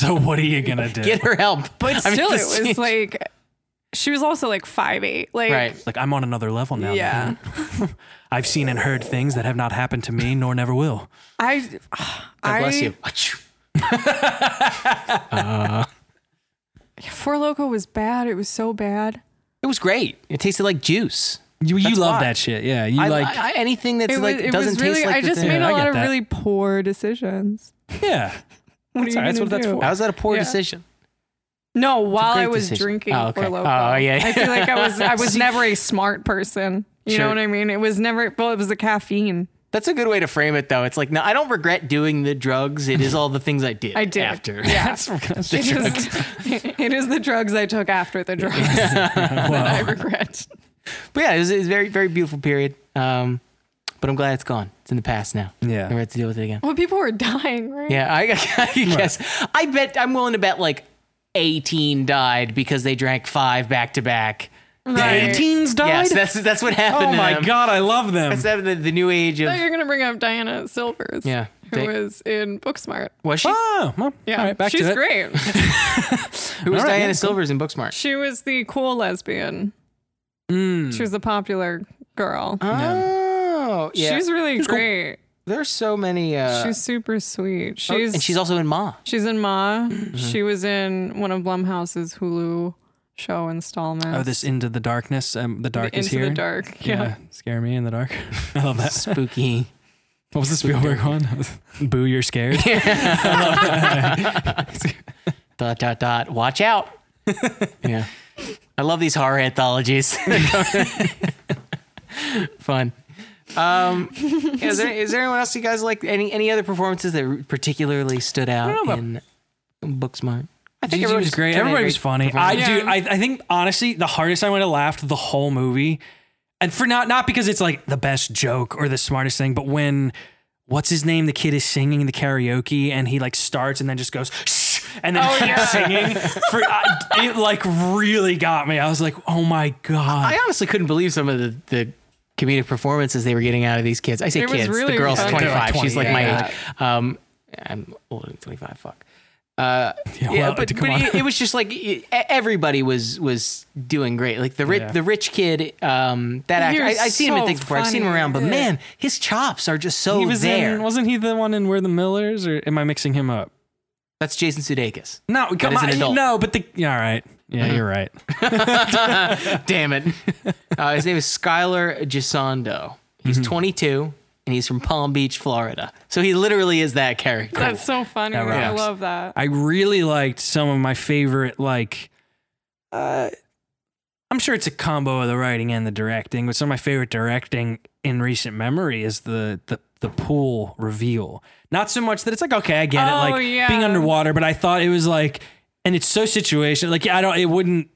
B: so what are you gonna do?
A: get her help.
C: but
A: I mean,
C: still,
A: this-
C: it was like she was also like five eight. Like
A: right.
B: like I'm on another level now.
C: Yeah.
B: man. I've seen and heard things that have not happened to me nor never will.
C: I, I
A: God bless you. Achoo.
C: Four Loco was bad. It was so bad.
A: It was great. It tasted like juice.
B: You, you love
A: why.
B: that shit. Yeah. You
A: I
B: like
A: like I, anything that's
C: It
A: like
C: was. It
A: doesn't
C: was really.
A: taste like.
C: I
A: the
C: just
A: thing.
C: made
B: I
C: a
B: get
C: lot of
B: that.
C: really poor decisions.
B: [LAUGHS] Yeah.
C: What
B: That's
C: are
B: all right,
C: you
B: that's
C: gonna
B: what that's
C: do?
B: for.
A: How's that a poor
C: Yeah.
A: decision?
C: No, while
A: great
C: I was
A: decision.
C: drinking
A: Oh, okay.
C: for local.
A: Oh, yeah.
C: I feel like I was I
A: [LAUGHS]
C: was never a smart person. You
A: Sure.
C: know what I mean? It was never well, it was the caffeine.
A: That's a good way to frame it, though. It's like, no, I don't regret doing the drugs. It is all the things I did.
C: [LAUGHS] I did.
A: after.
C: Yeah.
A: That's-
C: [LAUGHS]
B: [LAUGHS]
C: It is, [LAUGHS] it is the drugs I took
A: [LAUGHS]
C: after the drugs that I regret.
A: [LAUGHS] but yeah, it was, it was a very, very beautiful period. Um, but I'm glad it's gone. It's in the past now.
B: Yeah.
A: never had to deal with it again.
C: Well, people were dying, right?
A: Yeah, I, [LAUGHS] I guess. I bet I'm willing to bet like 18 died because they drank five back to back.
C: Right.
B: teens died?
A: Yes, that's that's what happened.
B: oh
A: to
B: my
A: them.
B: god, I love them.
A: That's the, the new age
C: I
A: of
C: thought you were gonna bring up Diana Silvers.
A: Yeah.
C: Who
A: They-
C: was in Booksmart.
A: was she?
B: oh, well,
C: Yeah.
B: all right, back
C: She's
B: to it. [LAUGHS]
C: great.
A: Who was
B: All right,
A: Diana
B: yeah,
A: Silvers in Booksmart?
C: she was the cool lesbian.
B: Mm. Hmm.
C: She was the popular
B: Uh,
C: girl.
A: Oh, yeah.
C: She's really
A: cool.
C: great.
A: There's so many. Uh,
C: She's super sweet.
B: oh,
C: She's
A: and she's also in Ma.
C: She's in Ma.
B: Mm-hmm.
C: She was in one of Blumhouse's Hulu show installments.
B: Oh, this into the darkness. Um, the dark
C: Into
B: is here.
C: the Dark.
B: Yeah.
C: Yeah.
B: scare me in the dark. [LAUGHS] I love that. [LAUGHS]
A: Spooky.
B: What was the Spielberg one? Boo, you're scared. [LAUGHS]
A: dot dot dot. Watch
B: [LAUGHS]
A: out. yeah. I love these horror anthologies. [LAUGHS] Fun. Um, is there is there anyone else you guys like? Any any other performances that particularly stood out
B: know about-
A: in Booksmart? I
B: Gigi was great. Everybody was funny. I
A: I,
B: do.
C: Yeah.
B: I, I think honestly, the hardest I would have laughed the whole movie, and for not not because it's like the best joke or the smartest thing, but when what's his name, the kid is singing the karaoke, and he like starts and then just goes. Shh, and then keeps
C: yeah.
B: singing for I, it like really got me. I was like, "Oh my god!"
A: I honestly couldn't believe some of the, the comedic performances they were getting out of these kids. I say
C: It was
A: kids.
C: really
A: the girl's
C: fun.
A: 25.
B: They're like
A: She's like
B: 20,
A: my
C: yeah.
A: age. Um, I'm older than 25. Fuck.
B: yeah,
A: Yeah,
B: well,
A: but,
B: come
A: but
B: on.
A: it, it was just like e- everybody was was doing great. Like the rich
B: Yeah.
A: the rich kid, um, that actor. I,
C: You're
A: I've seen him in
C: so
A: things before. I've seen him
C: funny.
A: around, but
C: Yeah.
A: man, his chops are just so
B: he was
A: there.
B: in. Wasn't he the one in Where the Millers? Or am I mixing him up?
A: That's Jason
C: [LAUGHS]
A: Sudeikis.
B: No, come
A: as an
B: on.
A: adult.
B: No, but the yeah, all right. Yeah, you're right.
A: Damn it. [LAUGHS] Uh, his name is Skylar Gisondo. He's 22 and he's from Palm Beach, Florida. So he literally is that character.
C: That's so funny.
B: That
C: I
B: rocks.
C: love that.
B: I really liked some of my favorite like uh I'm sure it's a combo of the writing and the directing, but some of my favorite directing in recent memory is the the the pool reveal. Not so much that it's like okay, I get it,
C: Oh,
B: like
C: yeah.
B: being underwater, but I thought it was like and it's so situational. Like I don't it wouldn't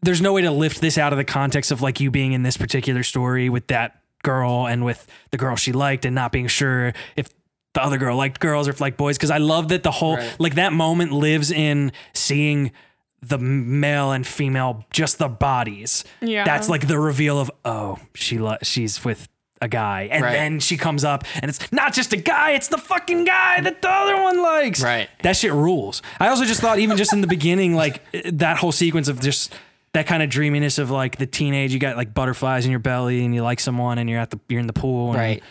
B: there's no way to lift this out of the context of like you being in this particular story with that girl and with the girl she liked and not being sure if the other girl liked girls or if like boys because I love that the whole
A: Right.
B: like that moment lives in seeing the male and female just the bodies.
C: Yeah.
B: That's like the reveal of oh she lo- she's with a guy and
A: Right.
B: then she comes up and it's not just a guy it's the fucking guy that the other one likes
A: Right.
B: that shit rules. I also just thought, even just in the beginning, like [LAUGHS] that whole sequence of just that kind of dreaminess of like the teenage, you got like butterflies in your belly and you like someone and you're at the you're in the pool. And
A: Right.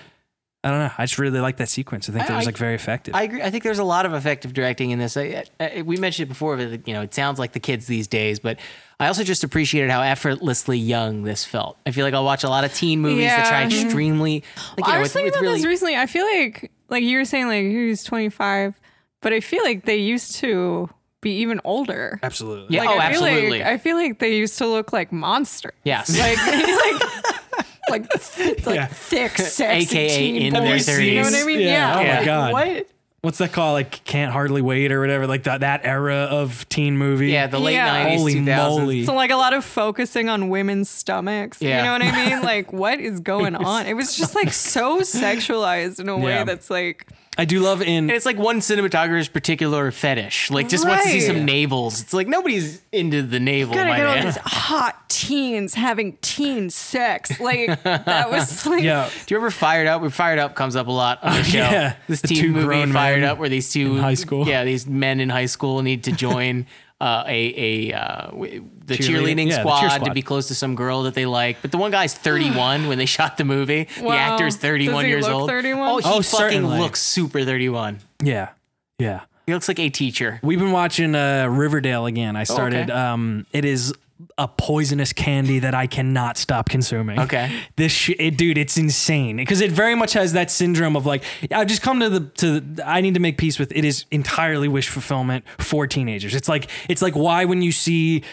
B: I don't know. I just really like that sequence. I think
A: I-
B: that was
A: I-
B: like very effective.
A: I agree. I think there's a lot of effective directing in this. I, I, we mentioned it before, but you know, it sounds like the kids these days. But I also just appreciated how effortlessly young this felt. I feel like I'll watch a lot of teen movies that try
C: Yeah. Mm-hmm.
A: and extremely. Like, you
C: I
A: know,
C: was
A: it's,
C: thinking
A: it's
C: about
A: really
C: this recently. I feel like like you were saying like he was 25, but I feel like they used to be even older.
B: Absolutely.
A: Yeah.
C: Like,
A: oh,
C: I feel
A: absolutely.
C: [LAUGHS] Like, I feel like they used to look like monsters.
A: yes.
C: Like, like,
A: [LAUGHS]
C: like th- like
B: Yeah.
C: thick, sexy
A: AKA
C: teen
A: in
C: boys,
A: their
C: You know
A: 30s.
C: what I mean?
B: Yeah.
C: Yeah.
B: Oh my
C: Like,
B: God.
C: What?
B: What's that called? Like can't hardly wait or whatever. Like that that era of teen movie.
A: Yeah, the late
C: Yeah.
A: nineties,
B: Holy
A: 2000s.
B: moly.
C: So like a lot of focusing on women's stomachs.
A: Yeah.
C: You know what
A: [LAUGHS]
C: I mean? Like what is going on? It was just like so sexualized in a
B: Yeah.
C: way that's like
B: I do love in
A: And it's like one cinematographer's particular fetish. Like just wants to see
C: Right.
A: some navels. It's like nobody's into the navel,
C: gotta
A: my
C: get all
A: man.
C: these
A: Do
C: hot teens having
A: [LAUGHS]
C: teen sex. Like that was like
B: yeah.
A: you ever Fired Up? Fired Up comes up a lot on the show.
B: yeah.
A: This
B: The
A: teen
B: two
A: movie
B: grown
A: Fired
B: men
A: Up where these two
B: in high school.
A: Yeah, these men in high school need to
B: [LAUGHS]
A: join uh, a a uh, w- the
B: Cheerleading-
A: cheerleading
B: yeah, the
A: squad,
B: cheer
A: to
B: squad.
A: be close to some girl that they like. But the one guy's 31 when they shot the movie. The
C: Wow.
A: actor's
C: Does
A: 31
C: he
A: years
C: look
A: old.
C: 31?
A: Oh, he
B: Oh,
A: fucking
B: certainly.
A: looks super 31.
B: Yeah. Yeah.
A: He looks like a teacher.
B: We've been watching uh, Riverdale again. I started.
A: Oh, okay.
B: um, it is a poisonous candy that I cannot stop consuming.
A: Okay.
B: this sh- it, dude, it's insane because it very much has that syndrome of like I've just come to the to the, I need to make peace with. It is entirely wish fulfillment for teenagers. It's like it's like why when you see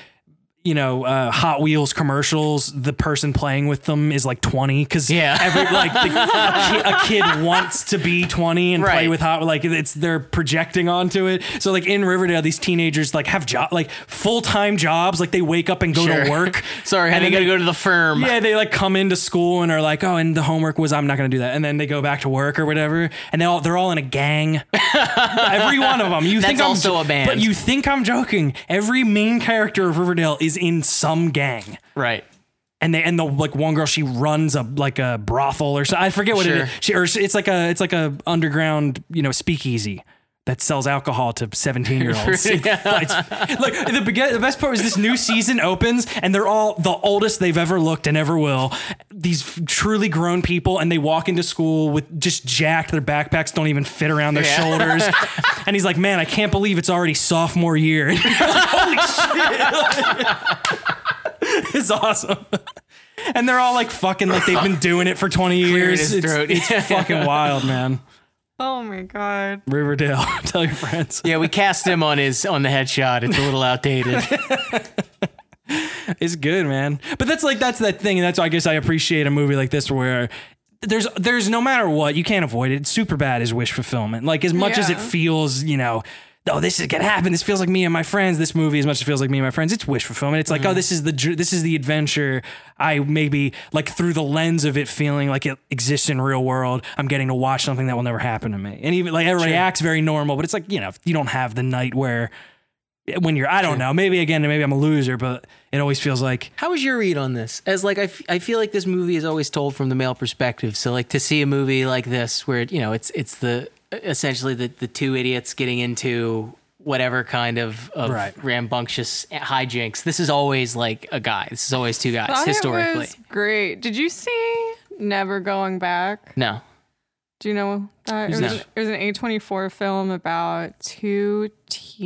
B: you know uh, Hot Wheels commercials, the person playing with them is like twenty because
A: Yeah.
B: every like the, a, ki-
A: [LAUGHS]
B: a kid wants to be twenty and play
A: Right.
B: with hot like it's they're projecting onto it. So like in Riverdale, these teenagers like have job like full time jobs. Like they wake up and go
A: Sure.
B: to work.
A: [LAUGHS] Sorry, honey,
B: then
A: gotta
B: they-
A: go to the firm.
B: Yeah, they like come into school and are like, oh, and the homework was I'm not gonna do that, and then they go back to work or whatever, and they all they're all in
A: [LAUGHS]
B: a gang. Every one of them. You think
A: That's
B: I'm
A: also a band.
B: but you think I'm joking? Every main character of Riverdale is in some gang,
A: Right.
B: and they and the like one girl she runs a like a brothel or so I forget what it
A: Sure.
B: is. She or she- it's like a it's like a underground you know speakeasy. That sells alcohol to
A: [LAUGHS]
B: seventeen-year-olds. It's- it's- Look, the, bega- the best part was this new season opens, and they're all the oldest they've ever looked and ever will. These f- truly grown people, and they walk into school with just jacked. Their backpacks don't even fit around their
A: Yeah. [LAUGHS]
B: shoulders. and he's like, "Man, I can't believe it's already sophomore year." [LAUGHS] And you're like, Holy shit! [LAUGHS] it's awesome. And they're all like fucking like they've been doing it for 20 years.
A: his
B: It's,
A: throat. [LAUGHS]
B: it's fucking wild, man.
C: oh my god.
B: Riverdale, [LAUGHS] tell your friends.
A: Yeah, we cast him on his on the headshot. It's a little outdated.
B: It's good, man. But that's like that's that thing, and that's why I guess I appreciate a movie like this where there's there's no matter what, you can't avoid it. Super bad is wish fulfillment. Like as much as it
C: Yeah.
B: feels, you know, oh, this is gonna happen. This feels like me and my friends. This movie, as much as it feels like me and my friends, it's wish fulfillment. It's like, oh, this is the dr- this is the adventure. I maybe like through the lens of it feeling like it exists in real world. I'm getting to watch something that will never happen to me. And even like everybody acts very normal, but it's like you know, if you don't have the night where when you're I don't know maybe again maybe I'm a loser but it always feels like
A: How was your read on this? As like I, f- I feel like this movie is always told from the male perspective. So like to see a movie like this where you know it's it's the essentially the the two idiots getting into whatever kind of, of
B: Right.
A: rambunctious hijinks. This is always like a guy. This is always two guys
C: Thought it
A: historically.
C: was great. Did you see Never Going Back?
A: No.
C: Do you know that? It was,
A: No.
C: it was an A24 film about two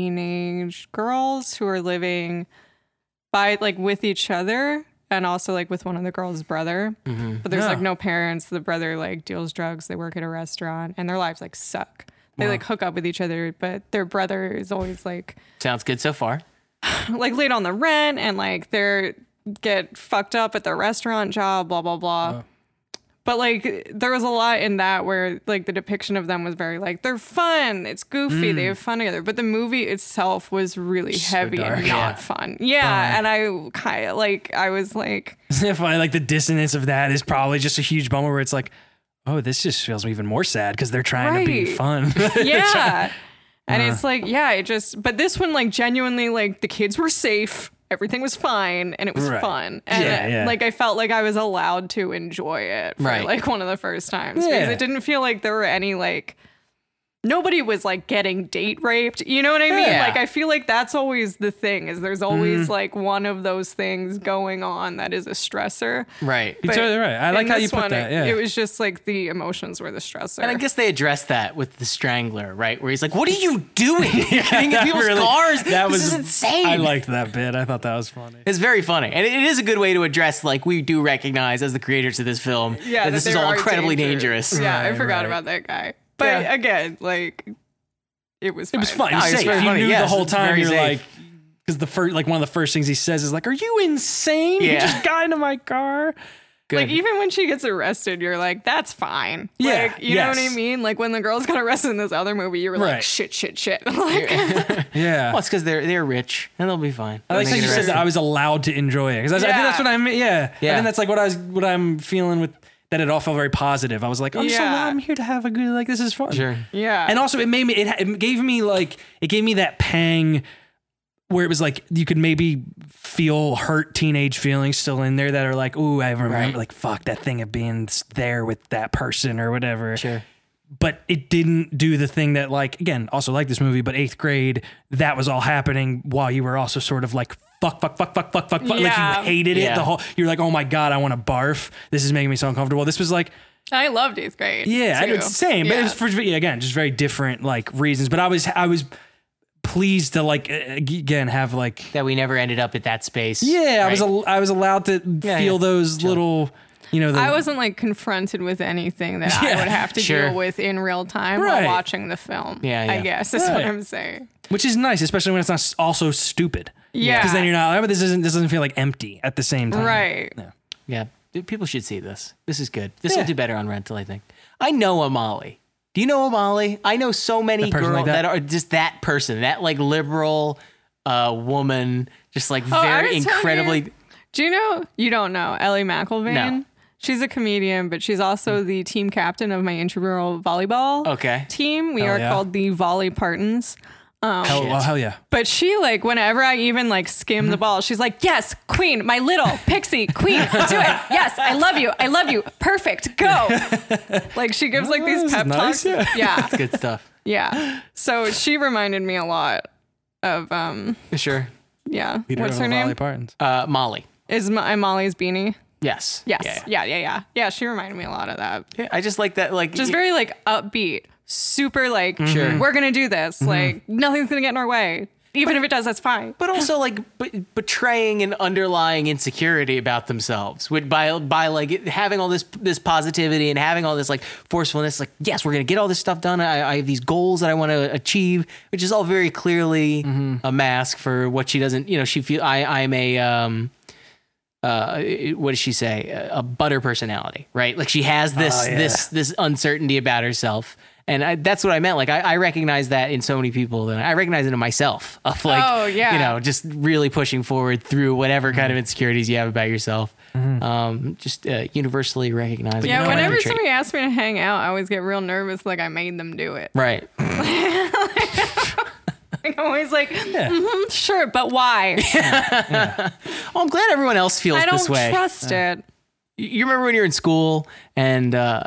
C: teenage girls who are living by like with each other and also like with one of the girl's brother. But there's like
B: Yeah.
C: no parents. The brother like deals drugs. They work at a restaurant and their lives like suck. They like hook up with each other, but their brother is always like
A: Sounds good so far.
C: [LAUGHS] like late on the rent and like they're get fucked up at the restaurant job, blah blah blah. But like there was a lot in that where like the depiction of them was very like they're fun, it's goofy, they have fun together. But the movie itself was really heavy
B: dark.
C: and
B: Yeah.
C: not fun. Yeah, and I kind of like I was like
B: if I like the dissonance of that is probably just a huge bummer where it's like oh this just feels even more sad because they're trying to be
C: Right.
A: [LAUGHS]
B: fun [LAUGHS]
C: yeah. And it's
B: uh.
C: like, yeah, it just, but this one, like, genuinely, like, the kids were safe, everything was fine, and it was
B: Right.
C: fun. And, uh,
B: Yeah, yeah.
C: like, I felt like I was allowed to enjoy it for,
A: Right.
C: like, one of the first times.
B: Yeah.
C: Because it didn't feel like there were any, like, nobody was, like, getting date raped. You know what I mean?
A: Yeah.
C: Like, I feel like that's always the thing, is there's
B: Mm.
C: always, like, one of those things going on that is a stressor.
A: Right.
B: You're
C: But
B: totally right. I
C: in
B: like how you
C: this
B: put
C: one,
B: that,
C: it-
B: yeah. [LAUGHS]
C: It was just, like, the emotions were the stressor.
A: And I guess they addressed that with the strangler, right? Where he's like, "What are you
B: [LAUGHS]
A: doing? You're getting in people's
B: Really,
A: cars.
B: that
A: this
B: was
A: is insane."
B: I liked that bit I thought that was funny
A: It's very funny, and it it is a good way to address. Like we do recognize as the creators of this film,
C: yeah,
A: that this
C: they
A: is all
C: are
A: incredibly
C: dangerous.
A: dangerous.
C: Yeah, I
B: Right,
C: forgot
B: right.
C: about that guy. But
B: Yeah.
C: again, like it was fine.
B: it was fun it
A: No,
B: was
A: it was
B: safe
A: very
B: you
A: funny.
B: knew
A: Yes,
B: the whole
A: it's very
B: time you're
A: safe.
B: like because the first like one of the first things he says is like are you insane you
A: Yeah.
B: just got into my car good.
C: Like even when she gets arrested, you're like, that's fine.
B: Yeah,
C: Like, you know what
B: yes.
C: I mean? Like when the girls got arrested in this other movie, you were like,
B: Right.
C: shit, shit, shit. [LAUGHS] Like [LAUGHS]
B: yeah.
A: Well, it's because they're they're rich and they'll be fine.
B: I like
A: They
B: how
A: get
B: you said
A: arrested.
B: that I was allowed to enjoy it because I, think
C: Yeah.
B: that's what I'm. Yeah, I
A: Yeah.
B: think that's like what I was, what I'm feeling with that. It all felt very positive. I was like, I'm so
C: Yeah.
B: glad I'm here to have a good. Like this is fun.
A: Sure.
C: Yeah.
B: And also, it made me. It, ha- it gave me like it gave me that pang where it was like you could maybe feel hurt teenage feelings still in there that are like, ooh, I remember
A: Right.
B: like fuck that thing of being s- there with that person or whatever
A: Sure.
B: but it didn't do the thing that like again also like this movie but eighth grade that was all happening while you were also sort of like fuck fuck fuck fuck fuck fuck fuck
C: Yeah.
B: like you hated it
A: Yeah.
B: the whole you're like oh my god i want to barf this is making me so uncomfortable this was like
C: I loved eighth grade.
B: yeah
C: too.
B: it's the same but it
C: Yeah.
B: was for yeah, again just very different like reasons but i was i was pleased to like uh, again have like
A: That we never ended up at that space.
B: yeah i was
A: Right.
B: al- i was allowed to
A: Yeah,
B: feel
A: yeah.
B: those little you know the,
C: I wasn't like confronted with anything that
B: Yeah,
C: I would have to
A: sure.
C: deal with in real time
B: Right.
C: while watching the film.
A: Yeah,
C: I
A: yeah.
C: guess is
B: Right.
C: what I'm saying.
B: which is nice, especially when it's not s- also stupid.
C: Yeah.
B: because then you're not. But this isn't. This doesn't feel like empty at the same time.
C: Right.
A: Yeah. Dude, People should see this. This is good. This
B: Yeah.
A: will do better on rental, I think. I know Amali. Do you know Amali? I know so many
B: person
A: girls
B: like that?
A: that? are just that person, that like liberal uh, woman, just like
C: Oh, I
A: very
C: was telling
A: incredibly.
C: you- do you know? You don't know Ellie McElvain.
A: No.
C: She's a comedian, but she's also the team captain of my intramural volleyball
A: Okay.
C: team. We
B: Hell
C: are
B: yeah.
C: called the Volley Partons.
B: Hell, well, hell yeah.
C: But she like whenever I even like skim
B: Mm-hmm.
C: the ball, she's like, "Yes, queen, my little pixie queen, do it. Yes, I love you. I love you. Perfect.
B: [LAUGHS]
C: Go." Like she gives like
B: Oh, This
C: these
B: is
C: pep
B: nice, [LAUGHS]
C: talks. Yeah.
A: Good stuff.
C: Yeah. So she reminded me a lot of um
A: Sure.
C: yeah. What's her name?
B: Partons.
A: Uh, Molly.
C: Is my, Molly's beanie?
A: Yes.
C: Yes.
A: Yeah, yeah.
C: Yeah, yeah, yeah. Yeah, she reminded me a lot of that.
A: Yeah, I just like that. Like
C: Just very like upbeat, super like
A: Sure. Mm-hmm.
C: we're going to do this. Like nothing's going to get in our way. Even if it does, that's fine.
A: but also like b- betraying an underlying insecurity about themselves with by by like having all this this positivity and having all this like forcefulness like yes we're gonna get all this stuff done i, I have these goals that i want to achieve which is all very clearly
B: Mm-hmm.
A: a mask for what she doesn't you know she feel i i'm a um uh, what does she say? A a butter personality, right? Like she has this
B: Oh, yeah.
A: this this uncertainty about herself, and I, that's what I meant. Like I, I recognize that in so many people, and I recognize it in myself. [LAUGHS] Of like,
C: Oh, yeah.
A: you know, just really pushing forward through whatever kind of insecurities you have about yourself. Um, just uh, universally recognized.
C: Yeah,
B: know what?
C: whenever somebody asks me to hang out, I always get real nervous like I made them do it. [LAUGHS]
A: Right.
C: Like, I'm always like,
B: Yeah.
C: "Mhm, sure, but why?
A: Oh, I'm glad everyone else feels
C: I don't
A: this way.
C: trust it.
A: you you remember when you're in school and uh,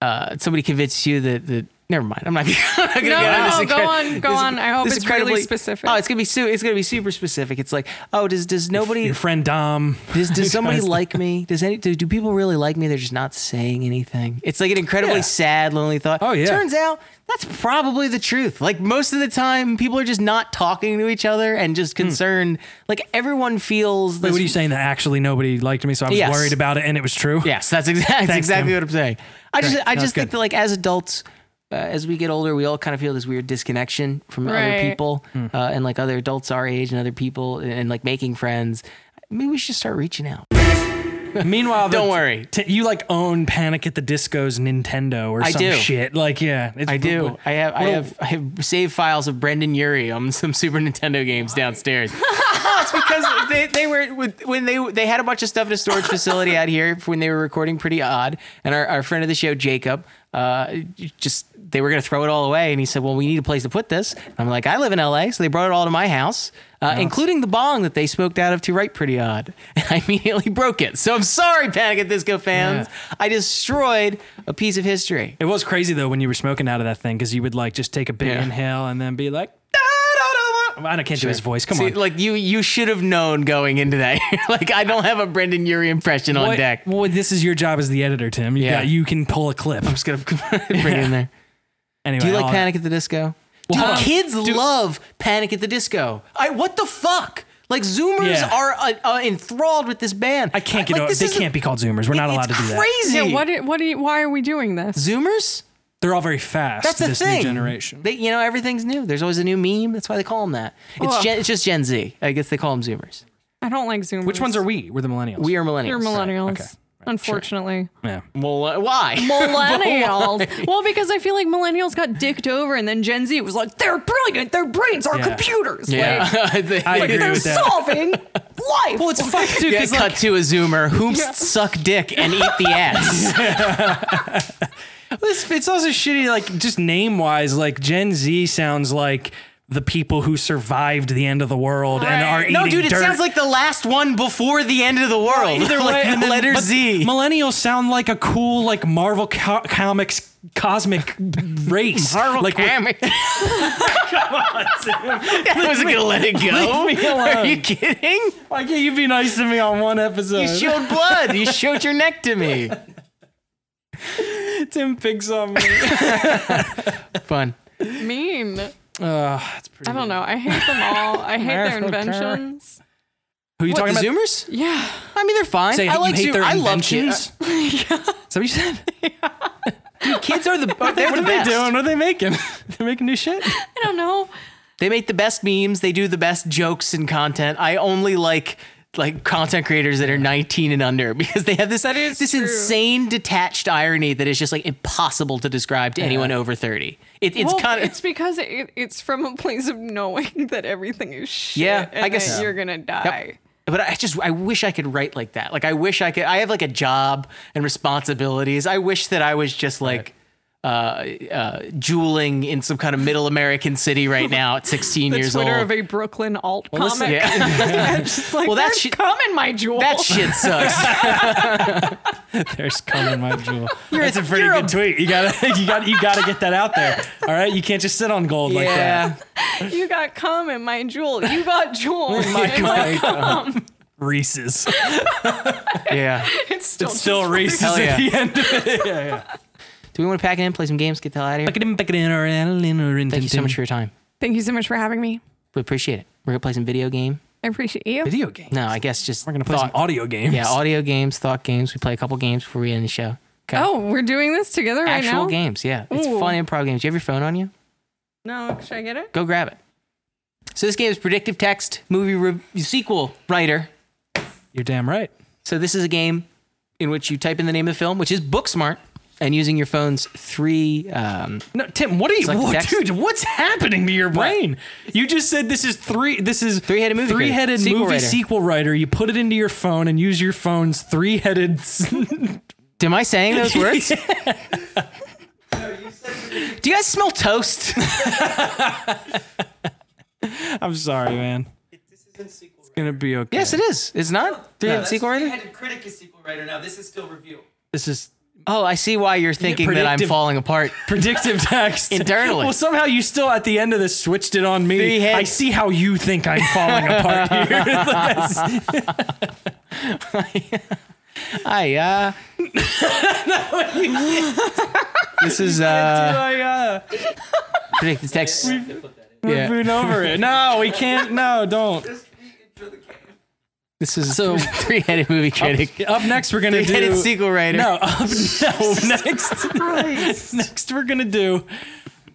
A: uh, somebody convinced you that that never mind. I'm not. [LAUGHS] I'm not gonna
C: No,
A: get on this
C: no, go
A: incre-
C: on, go
A: this-
C: on. I hope
A: this
C: it's really
A: incredibly-
C: specific.
A: Oh, it's gonna be su- it's gonna be super specific. It's like, oh, does does nobody
B: Your friend Dom.
A: does,
B: [LAUGHS]
A: does somebody
B: guys-
A: like me? Does any do, do people really like me? They're just not saying anything. It's like an incredibly
B: Yeah.
A: sad, lonely thought.
B: Oh, yeah.
A: Turns out that's probably the truth. Like most of the time, people are just not talking to each other and just concerned. Like everyone feels.
B: Hmm. Wait,
A: this-
B: what are you saying? That actually nobody liked me, so I was
A: Yes.
B: worried about it, and it was true.
A: Yes, that's exactly that's
B: Thanks,
A: exactly
B: Tim.
A: what I'm saying. I just
B: Great.
A: I
B: No,
A: just
B: that's
A: think
B: good.
A: that like as adults, uh, as we get older, we all kind of feel this weird disconnection from
C: Right.
A: other people
B: Hmm.
A: uh, and like other adults our age and other people and, and, like making friends. Maybe we should start reaching out.
B: [LAUGHS] Meanwhile, the-
A: Don't worry.
B: T- you like own Panic at the Disco's Nintendo or
A: I
B: some
A: do.
B: shit. Like, yeah, it's
A: I do. I have I
B: Well-
A: have I have save files of Brendan Urie on some [LAUGHS] Super Nintendo games downstairs. Oh, [LAUGHS] it's because they, they were with- when they they had a bunch of stuff in a storage facility out here when they were recording pretty odd and our, our friend of the show Jacob uh, just they were gonna throw it all away and he said well we need a place to put this And I'm like I live in LA so they brought it all to my house uh, including the bong that they smoked out of to write pretty odd [LAUGHS] and I immediately broke it so I'm sorry Panic at Disco fans I destroyed a piece of history
B: It was crazy though when you were smoking out of that thing because you would like just take a big
A: Yeah.
B: inhale and then be like, I don't- can't do his voice. Come
A: See,
B: on.
A: Like you, you should have known going into that. [LAUGHS] like I don't have a Brendan Urie impression on
B: What-
A: deck. I'm
B: Well, this is your job as the editor, Tim. You
A: Yeah.
B: got, you can pull a clip.
A: just
B: [LAUGHS]
A: gonna bring it in there.
B: Anyway,
A: Do you like
B: I'll-
A: Panic at the Disco? Do
B: hold on.
A: kids love Panic at the Disco? I what the fuck? Like Zoomers
B: Yeah.
A: are uh, uh, enthralled with this band.
B: I can't get
A: like,
B: over.
A: this
B: They
A: is-
B: can't be called Zoomers. We're not allowed to
A: it's
B: do that.
A: Crazy.
C: Yeah, what? i- What? Are you, why are we doing this?
A: Zoomers?
B: They're all very fast.
A: That's the
B: this
A: thing.
B: new generation.
A: They, you know everything's new. There's always a new meme. That's why they call them that. It's
C: Ugh.
A: gen, it's just Gen Z. I guess they call them Zoomers.
C: I don't like Zoom.
B: Which ones are we? We're the millennials.
A: We are millennials.
C: You're millennials.
B: Okay.
C: unfortunately.
B: [LAUGHS] Yeah.
A: Well, uh, why?
C: Millennials. well, because I feel like millennials got dicked over, and then Gen Z was like, "They're brilliant. Their brains are
B: Yeah.
C: computers.
A: Yeah, [LAUGHS]
C: Like,
A: I think-
B: I
A: like,
B: agree
C: they're
B: with that.
C: [LAUGHS] solving life."
B: Well, it's fucked too
A: Yeah,
B: because
A: cut to a zoomer. Whoops, suck dick and eat [LAUGHS] the ass.
B: It's, it's also shitty, like just name wise, like Gen Z sounds like the people who survived the end of the world and are eating
A: no, dude, it
B: dirt.
A: sounds like the last one before the end of the world. [LAUGHS]
B: Either
A: like
B: way,
A: the
B: and then-
A: letter
B: but
A: Z.
B: Millennials sound like a cool, like Marvel co- comics cosmic [LAUGHS] race. like with-
A: [LAUGHS] I wasn't gonna let it
B: [LAUGHS]
A: go.
B: Leave me alone.
A: [LAUGHS] Are you kidding?
B: Why can't you be nice to me on one episode?
A: You showed blood. You showed your neck to me.
B: [LAUGHS] Tim picks on me.
A: Fun.
C: mean.
B: uh, it's pretty
C: I don't know. I hate them all. I hate their
B: America, Tara.
C: inventions.
B: Who you
A: What,
B: talking
A: the
B: about?
A: Zoomers?
C: Yeah.
A: I mean, they're fine.
B: Say,
A: I
B: you
A: like
B: hate
A: Zoom-
B: their
A: I love
B: inventions.
A: [LAUGHS] kids.
B: Is that what you said?
A: Dude, kids are the they're
B: what
A: the
B: are
A: best.
B: they doing? What are they making? [LAUGHS] They're making new shit.
C: I don't know.
A: They make the best memes. They do the best jokes and content. I only like like content creators that are 19 and under [LAUGHS] because they have this this
C: true.
A: insane detached irony that is just like impossible to describe to anyone over 30. It, it's
C: Well,
A: kind of
C: it's because it, it's from a place of knowing [LAUGHS] that everything is shit.
A: Yeah,
C: and
A: I guess
C: that
A: so.
C: you're gonna die.
A: But I just I wish I could write like that. Like I wish I could. I have like a job and responsibilities. I wish that I was just like uh, uh, jeweling in some kind of middle American city right now at 16
C: [LAUGHS] The
A: years
C: Twitter
A: old.
C: of a Brooklyn alt
B: listen-
C: comic.
A: yeah,
C: It's [LAUGHS] like,
A: Well, that
C: "There's
A: shit-
C: cum in my jewel.
A: that shit sucks.
B: There's cum in my [LAUGHS] jewel. That's a pretty
A: you're a-
B: good tweet. You gotta, [LAUGHS] you got, to you gotta get that out there. All right, you can't just sit on gold like that. [LAUGHS]
A: yeah,
C: [LAUGHS] You got cum in my jewel. You got jewel. [LAUGHS] in
B: My
C: my
B: [LAUGHS] cum.
C: cum.
A: [LAUGHS]
B: Reese's.
A: yeah.
C: [LAUGHS] It's still,
B: It's still
C: just
B: Reese's
A: Hell
B: at
A: yeah.
B: the end [LAUGHS] of it.
A: [LAUGHS] Do we want to pack it in, play some games, get the hell out of here? Thank you so much for your time.
C: Thank you so much for having me.
A: We appreciate it. We're gonna play some video game.
C: I appreciate you.
B: video game.
A: No, I guess just
B: We're gonna play
A: thought,
B: some audio games.
A: Yeah, audio games, thought games. We play a couple games before we end the show. Okay.
C: Oh, we're doing this together right
A: Actual
C: now.
A: games, yeah. It's
C: Ooh.
A: fun improv games. Do you have your phone on you?
C: No, should I get it?
A: Go grab it. So this game is predictive text movie re- sequel writer.
B: You're damn right.
A: So this is a game in which you type in the name of the film, which is Booksmart, and using your phone's three. Um,
B: No, Tim, what are you,
A: like
B: what-
A: text-
B: dude? What's happening to your brain? You just said this is three. This is
A: Three-headed movie
B: Three-headed
A: creator. Sequel
B: movie
A: writer.
B: sequel writer. You put it into your phone and use your phone's three-headed. [LAUGHS]
A: am I saying those words? Do you guys smell toast?
B: I'm sorry, man. It's gonna be okay.
A: yes, it is. It's not three-headed sequel writer.
D: critic is sequel writer now. This is still review.
B: This is
A: Oh, I see why you're thinking that I'm
B: predictive-
A: falling
B: [LAUGHS]
A: apart. [LAUGHS]
B: predictive text
A: Internally.
B: Well, somehow you still at the end of this switched it on me.
A: Three heads.
B: I see how you think I'm falling
A: [LAUGHS]
B: apart here. [LAUGHS] That's-
A: Hi,
B: [LAUGHS]
A: uh. this is uh,
B: like, uh,
A: predictive text.
B: we're
A: Yeah.
B: moving over it. No, we can't. No, don't.
A: This is so [LAUGHS] three-headed movie critic.
B: Up next, we're gonna
A: Three-headed
B: do
A: sequel writer.
B: No, up [LAUGHS] no, next. [LAUGHS] next, we're gonna do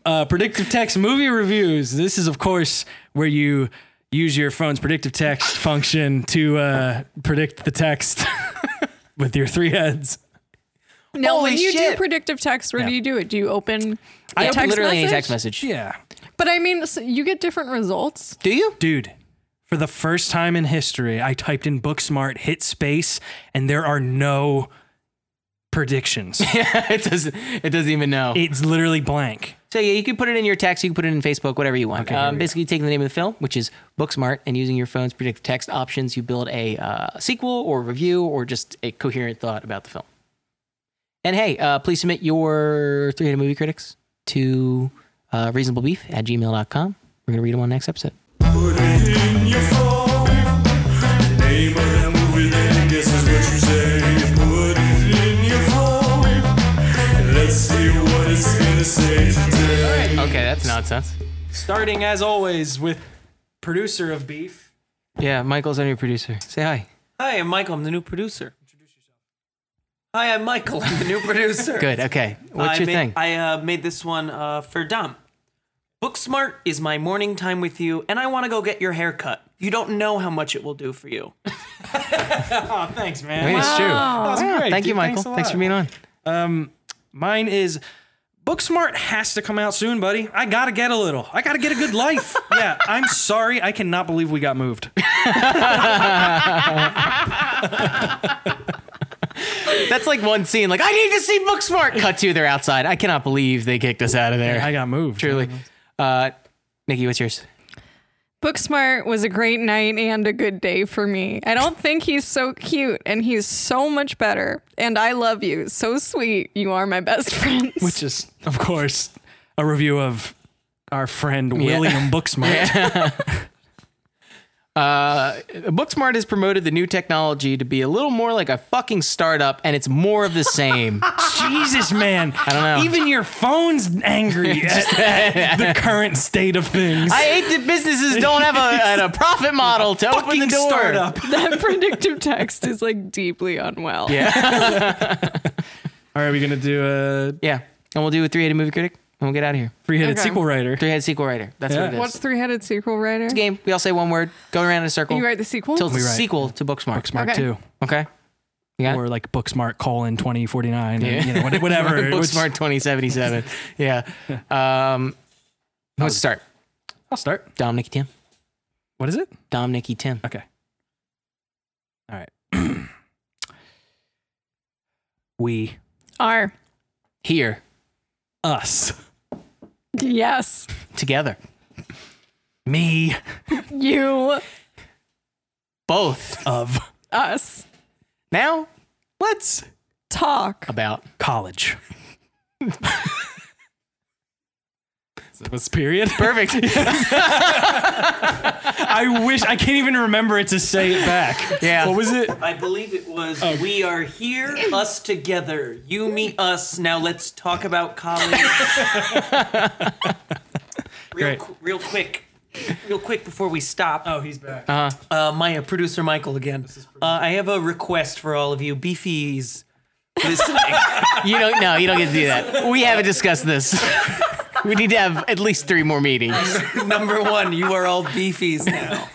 B: uh, predictive text movie reviews. This is, of course, where you use your phone's predictive text function to uh, predict the text [LAUGHS] with your three heads.
C: [LAUGHS] No,
A: Holy
C: when you
A: shit.
C: do predictive text, where do
B: Yeah.
C: you do it? Do you open a
A: Yeah,
C: text
A: literally
C: message?
A: any text message.
B: Yeah,
C: But I mean, so you get different results.
A: Do you? [LAUGHS]
B: dude. For the first time in history, I typed in Booksmart, hit space, and there are no [LAUGHS] predictions.
A: it doesn't. It doesn't even know.
B: it's literally blank.
A: So yeah, you can put it in your text. You can put it in Facebook, whatever you want. um, basically, taking the name of the film, which is Booksmart, and using your phone's predictive text options, you build a uh, sequel or review or just a coherent thought about the film. And hey, uh, please submit your three-headed movie critics to uh, reasonablebeef at gmail.com. We're gonna read them on next episode.
E: Put it in your phone. Name of the movie, then this is what you say. Put it in your phone. Let's see what it's gonna say today.
A: Okay, that's nonsense.
B: Starting as always with producer of beef.
A: Yeah, Michael's our new producer. Say hi.
D: Hi, I'm Michael. I'm the new producer. Introduce yourself. Hi, I'm Michael. I'm the new producer.
A: [LAUGHS] Good. Okay. What's
D: I
A: your
D: made,
A: thing?
D: I uh, made this one uh, for Dom. Booksmart is my morning time with you, and I want to go get your hair cut. You don't know how much it will do for you.
B: Oh, thanks, man.
A: I mean, it's true.
C: Wow.
B: That's great,
A: Thank you,
B: dude.
A: Michael.
B: Thanks a
A: Thanks
B: lot.
A: for being on.
B: Um, mine is Booksmart has to come out soon, buddy. I gotta get a little. I gotta get a
A: [LAUGHS]
B: good life. yeah, I'm sorry. I cannot believe we got moved.
A: That's like one scene. Like, I need to see Booksmart. Cut to they're outside. I cannot believe they kicked us out of there.
B: I got
A: [LAUGHS]
B: moved.
A: Truly. Uh, Nikki, what's yours?
C: Booksmart was a great night and a good day for me. I don't think he's so cute, and he's so much better. And I love you, so sweet. You are my best [LAUGHS] friends.
B: Which is, of course, a review of our friend William
A: [LAUGHS]
B: Booksmart.
A: Booksmart has promoted the new technology to be a little more like a fucking startup, and it's more of the same.
B: Jesus, man. I
A: don't know.
B: Even your phone's
A: [LAUGHS]
B: angry at, at the current state of things.
A: [LAUGHS] I hate that businesses don't have a, a, profit model to open the
B: Fucking
A: door.
B: startup.
C: that predictive text is like deeply unwell.
A: Yeah.
B: All right, we're gonna do a
A: yeah. And we'll do a three-headed movie critic, and we'll get out of here.
B: three-headed
C: Okay.
B: sequel writer.
A: Three-headed sequel writer. That's
B: Yeah.
A: what it is.
C: What's three-headed sequel writer?
A: game? We all say one word, go around in a circle
C: You write the sequel.
A: till it's
B: We
A: a
B: write.
A: sequel to Booksmart.
B: Booksmart
C: Okay.
B: two,
A: Okay. You got it?
B: or like Booksmart colon twenty forty nine,
A: Yeah. [LAUGHS]
B: and you know what- whatever. It was-
A: Booksmart 2077. [LAUGHS] yeah. Um, let's start.
B: I'll start.
A: Dom, Nikki, Tim.
B: What is it?
A: Dom, Nikki, Tim.
B: Okay. All right. [CLEARS THROAT] we
C: R.
A: Here,
B: us
C: Yes.
A: together.
B: me
C: You.
A: Both.
B: of
C: Us.
A: Now,
B: let's
C: Talk.
A: about.
B: college. Was period?
A: Perfect.
B: [LAUGHS] I wish I can't even remember it to say it [LAUGHS] back.
A: [LAUGHS] Yeah.
B: What was it?
D: I believe it was
B: Oh.
D: We Are Here, Us Together. You meet us. Now let's talk about college.
B: [LAUGHS]
D: real,
B: Great.
D: qu- real quick. Real quick before we stop.
B: Oh, he's back.
D: Uh, my producer Michael again. Uh, I have a request for all of you beefies listening. [LAUGHS]
A: you don't. No, you don't get to do that. [LAUGHS] We haven't discussed this. [LAUGHS] We need to have at least three more meetings.
D: Number one, you are all beefies now.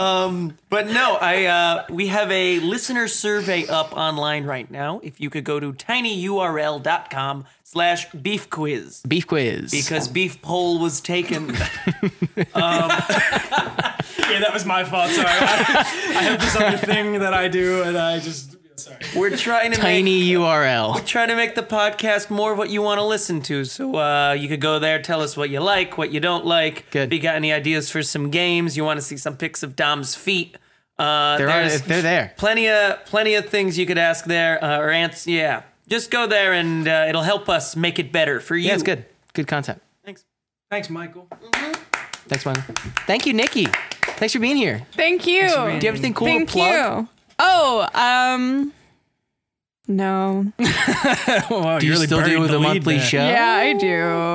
D: Um, but no, I uh, we have a listener survey up online right now. If you could go to tinyurl.com slash beef quiz
A: Beef quiz.
D: because beef poll was
A: [LAUGHS]
D: taken.
B: Yeah, that was my fault. Sorry. I, I have this other thing that I do, and I just sorry.
D: We're trying to make
A: Tiny URL.
D: trying to make the podcast more of what you want to listen to. So uh, you could go there, tell us what you like, what you don't like.
A: Good.
D: If you got any ideas for some games, you want to see some pics of Dom's feet. Uh,
A: They're, on,
D: there's
A: they're there.
D: plenty of plenty of things you could ask there uh, or answer. Yeah, just go there and uh, it'll help us make it better for you.
A: Yeah, it's good. Good concept.
D: Thanks.
B: Thanks, Michael.
A: Thanks, Michael. Thank you, Nikki. Thanks for being here.
C: Thank you.
A: Do you have anything cool
C: Oh, Thank
A: to plug?
C: you. Oh, um. No.
B: Oh, Wow,
A: Do you
B: really
A: still
B: buried
A: do the,
B: lead
A: monthly
B: there.
A: show?
C: Yeah, I do.
A: Do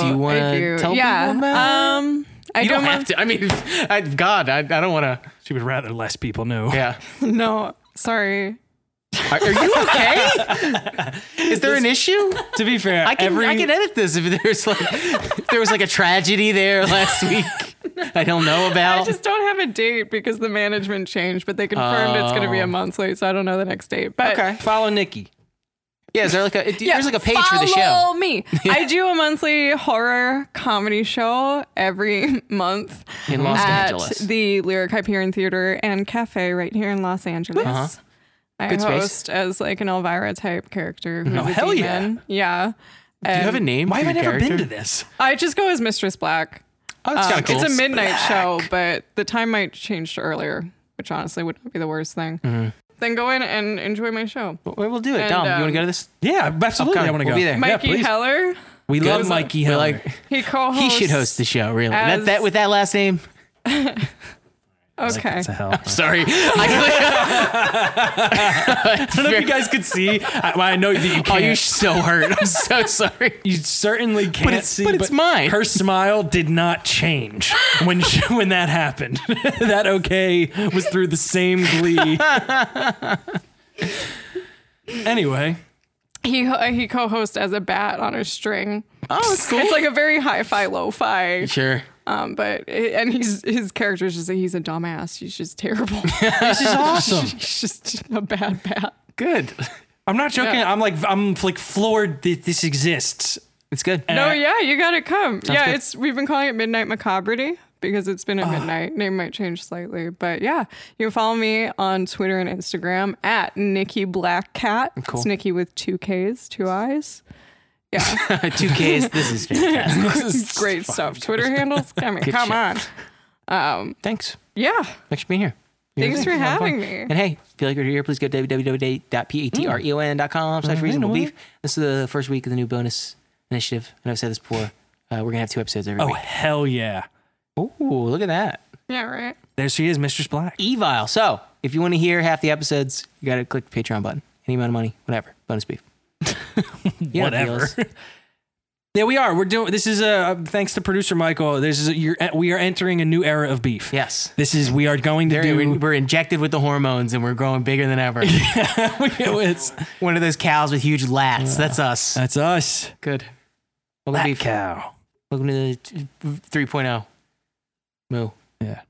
A: you
C: I
A: wanna
C: do.
A: tell
C: yeah.
A: people about
C: Um, I
A: You don't
C: wanna-
A: have to. I mean, [LAUGHS] I, God, I, I don't want to.
B: She would rather less people know.
A: Yeah.
C: [LAUGHS] No, sorry.
A: Are, are you okay?
B: [LAUGHS]
A: Is there an issue?
B: To be fair,
A: I can
B: every
A: I can edit this if there's like if there was like a tragedy there [LAUGHS] last week. I don't know
C: I
A: about.
C: just don't have a date because the management changed, but they confirmed it's going to
A: Oh.
C: be a month late, so I don't know the next date. But
D: Follow Nikki.
A: Yeah, is there like a it-
C: Yeah,
A: there's like a page for the show?
C: Follow
A: [LAUGHS]
C: me. I do a monthly horror comedy show every [LAUGHS] month
A: In Los
C: at
A: Angeles.
C: the Lyric Hyperion Theater and Cafe right here in Los Angeles. I
A: Uh-huh. Good space.
C: host as like an Elvira type character. Who's
B: Oh,
C: a
B: hell yeah.
C: demon. yeah.
A: Do you have a name?
B: Why
A: for
B: have I
A: your
B: never been
A: character?
B: to this?
C: I just go as Mistress Black. Um,
A: Oh, that's kind of cool.
C: It's a midnight show, but the time might change to earlier, which honestly would not be the worst thing.
A: Mm-hmm.
C: Then go in and enjoy my show.
A: we will do it.
C: And,
A: Dom, you want to
C: um,
A: go to this?
B: Yeah, absolutely.
A: Upcoming.
B: I want to
A: We'll
B: go.
A: be there.
B: Yeah, [LAUGHS]
C: Mikey
B: please.
C: Heller,
B: we love
A: Good.
B: Mikey
A: We
B: Heller.
A: like-
C: he co-hosts.
A: He
B: Oh,
A: should host the show, really. That,
C: as-
A: that with that last
B: [LAUGHS]
A: name.
C: Okay.
B: It's a hell.
A: Sorry. I
B: I don't know if you guys could see. I, well, I know [LAUGHS] that you
A: oh,
B: can't.
A: you're so hurt. I'm so [LAUGHS] sorry.
B: you certainly can't
A: it's-
B: see.
A: but it's mine.
B: Her smile did not change when [LAUGHS] she, when that happened. that okay was through the same glee. [LAUGHS] anyway,
C: He he co-hosts as a bat on a string.
A: Oh, it's cool. [LAUGHS]
C: It's like a very hi-fi, lo-fi
A: Sure.
C: Um, but and he's his character's just like he's a dumbass. He's
A: [LAUGHS]
C: just terrible.
B: This
C: [LAUGHS]
B: is awesome.
C: he's just a bad bat.
B: Good. I'm not joking.
C: Yeah.
B: I'm like I'm like floored that this exists.
A: It's good.
B: And
C: No,
B: I-
C: yeah, you gotta come. yeah,
A: good. Ah.
C: it's we've been calling it Midnight Macabrity because it's been at midnight. Name might change slightly, but yeah, you can follow me on Twitter and Instagram at Nikki Black Cat.
A: Cool.
C: It's Nikki with two K's, two I's. Yeah,
A: Two Ks. This is fantastic. [LAUGHS]
C: great stuff. Twitter handles. I mean, come
A: shit.
C: on.
A: Thanks.
C: Yeah,
A: Thanks for being here.
C: thanks for having me.
A: And hey, if you like what you hear, please go to e www.patreon.com slash reasonable beef. This is the first week of the new bonus initiative. And I've said this before. Uh, we're going to have two episodes every
B: Oh
A: week.
B: hell yeah!
A: Ooh, look at that.
C: Yeah, right.
B: There she is, Mistress Black.
A: Evil. So if you want to hear half the episodes, you got to click the Patreon button. Any amount of money, whatever. Bonus beef. You know how it
B: Whatever.
A: feels.
B: yeah, we are. We're doing. This is a thanks to producer Michael. This is a, you're, eh, we are entering a new era of beef.
A: Yes.
B: This is we are going to
A: There, we-
B: do.
A: we're injected with the hormones and we're growing bigger than ever.
B: [LAUGHS] it's,
A: One of those cows with huge lats. That's us.
B: that's us.
A: Good. Welcome to
B: Uh, That
A: beef.
B: cow.
A: oh. Welcome to the t- 3.0. Moo.
B: Yeah.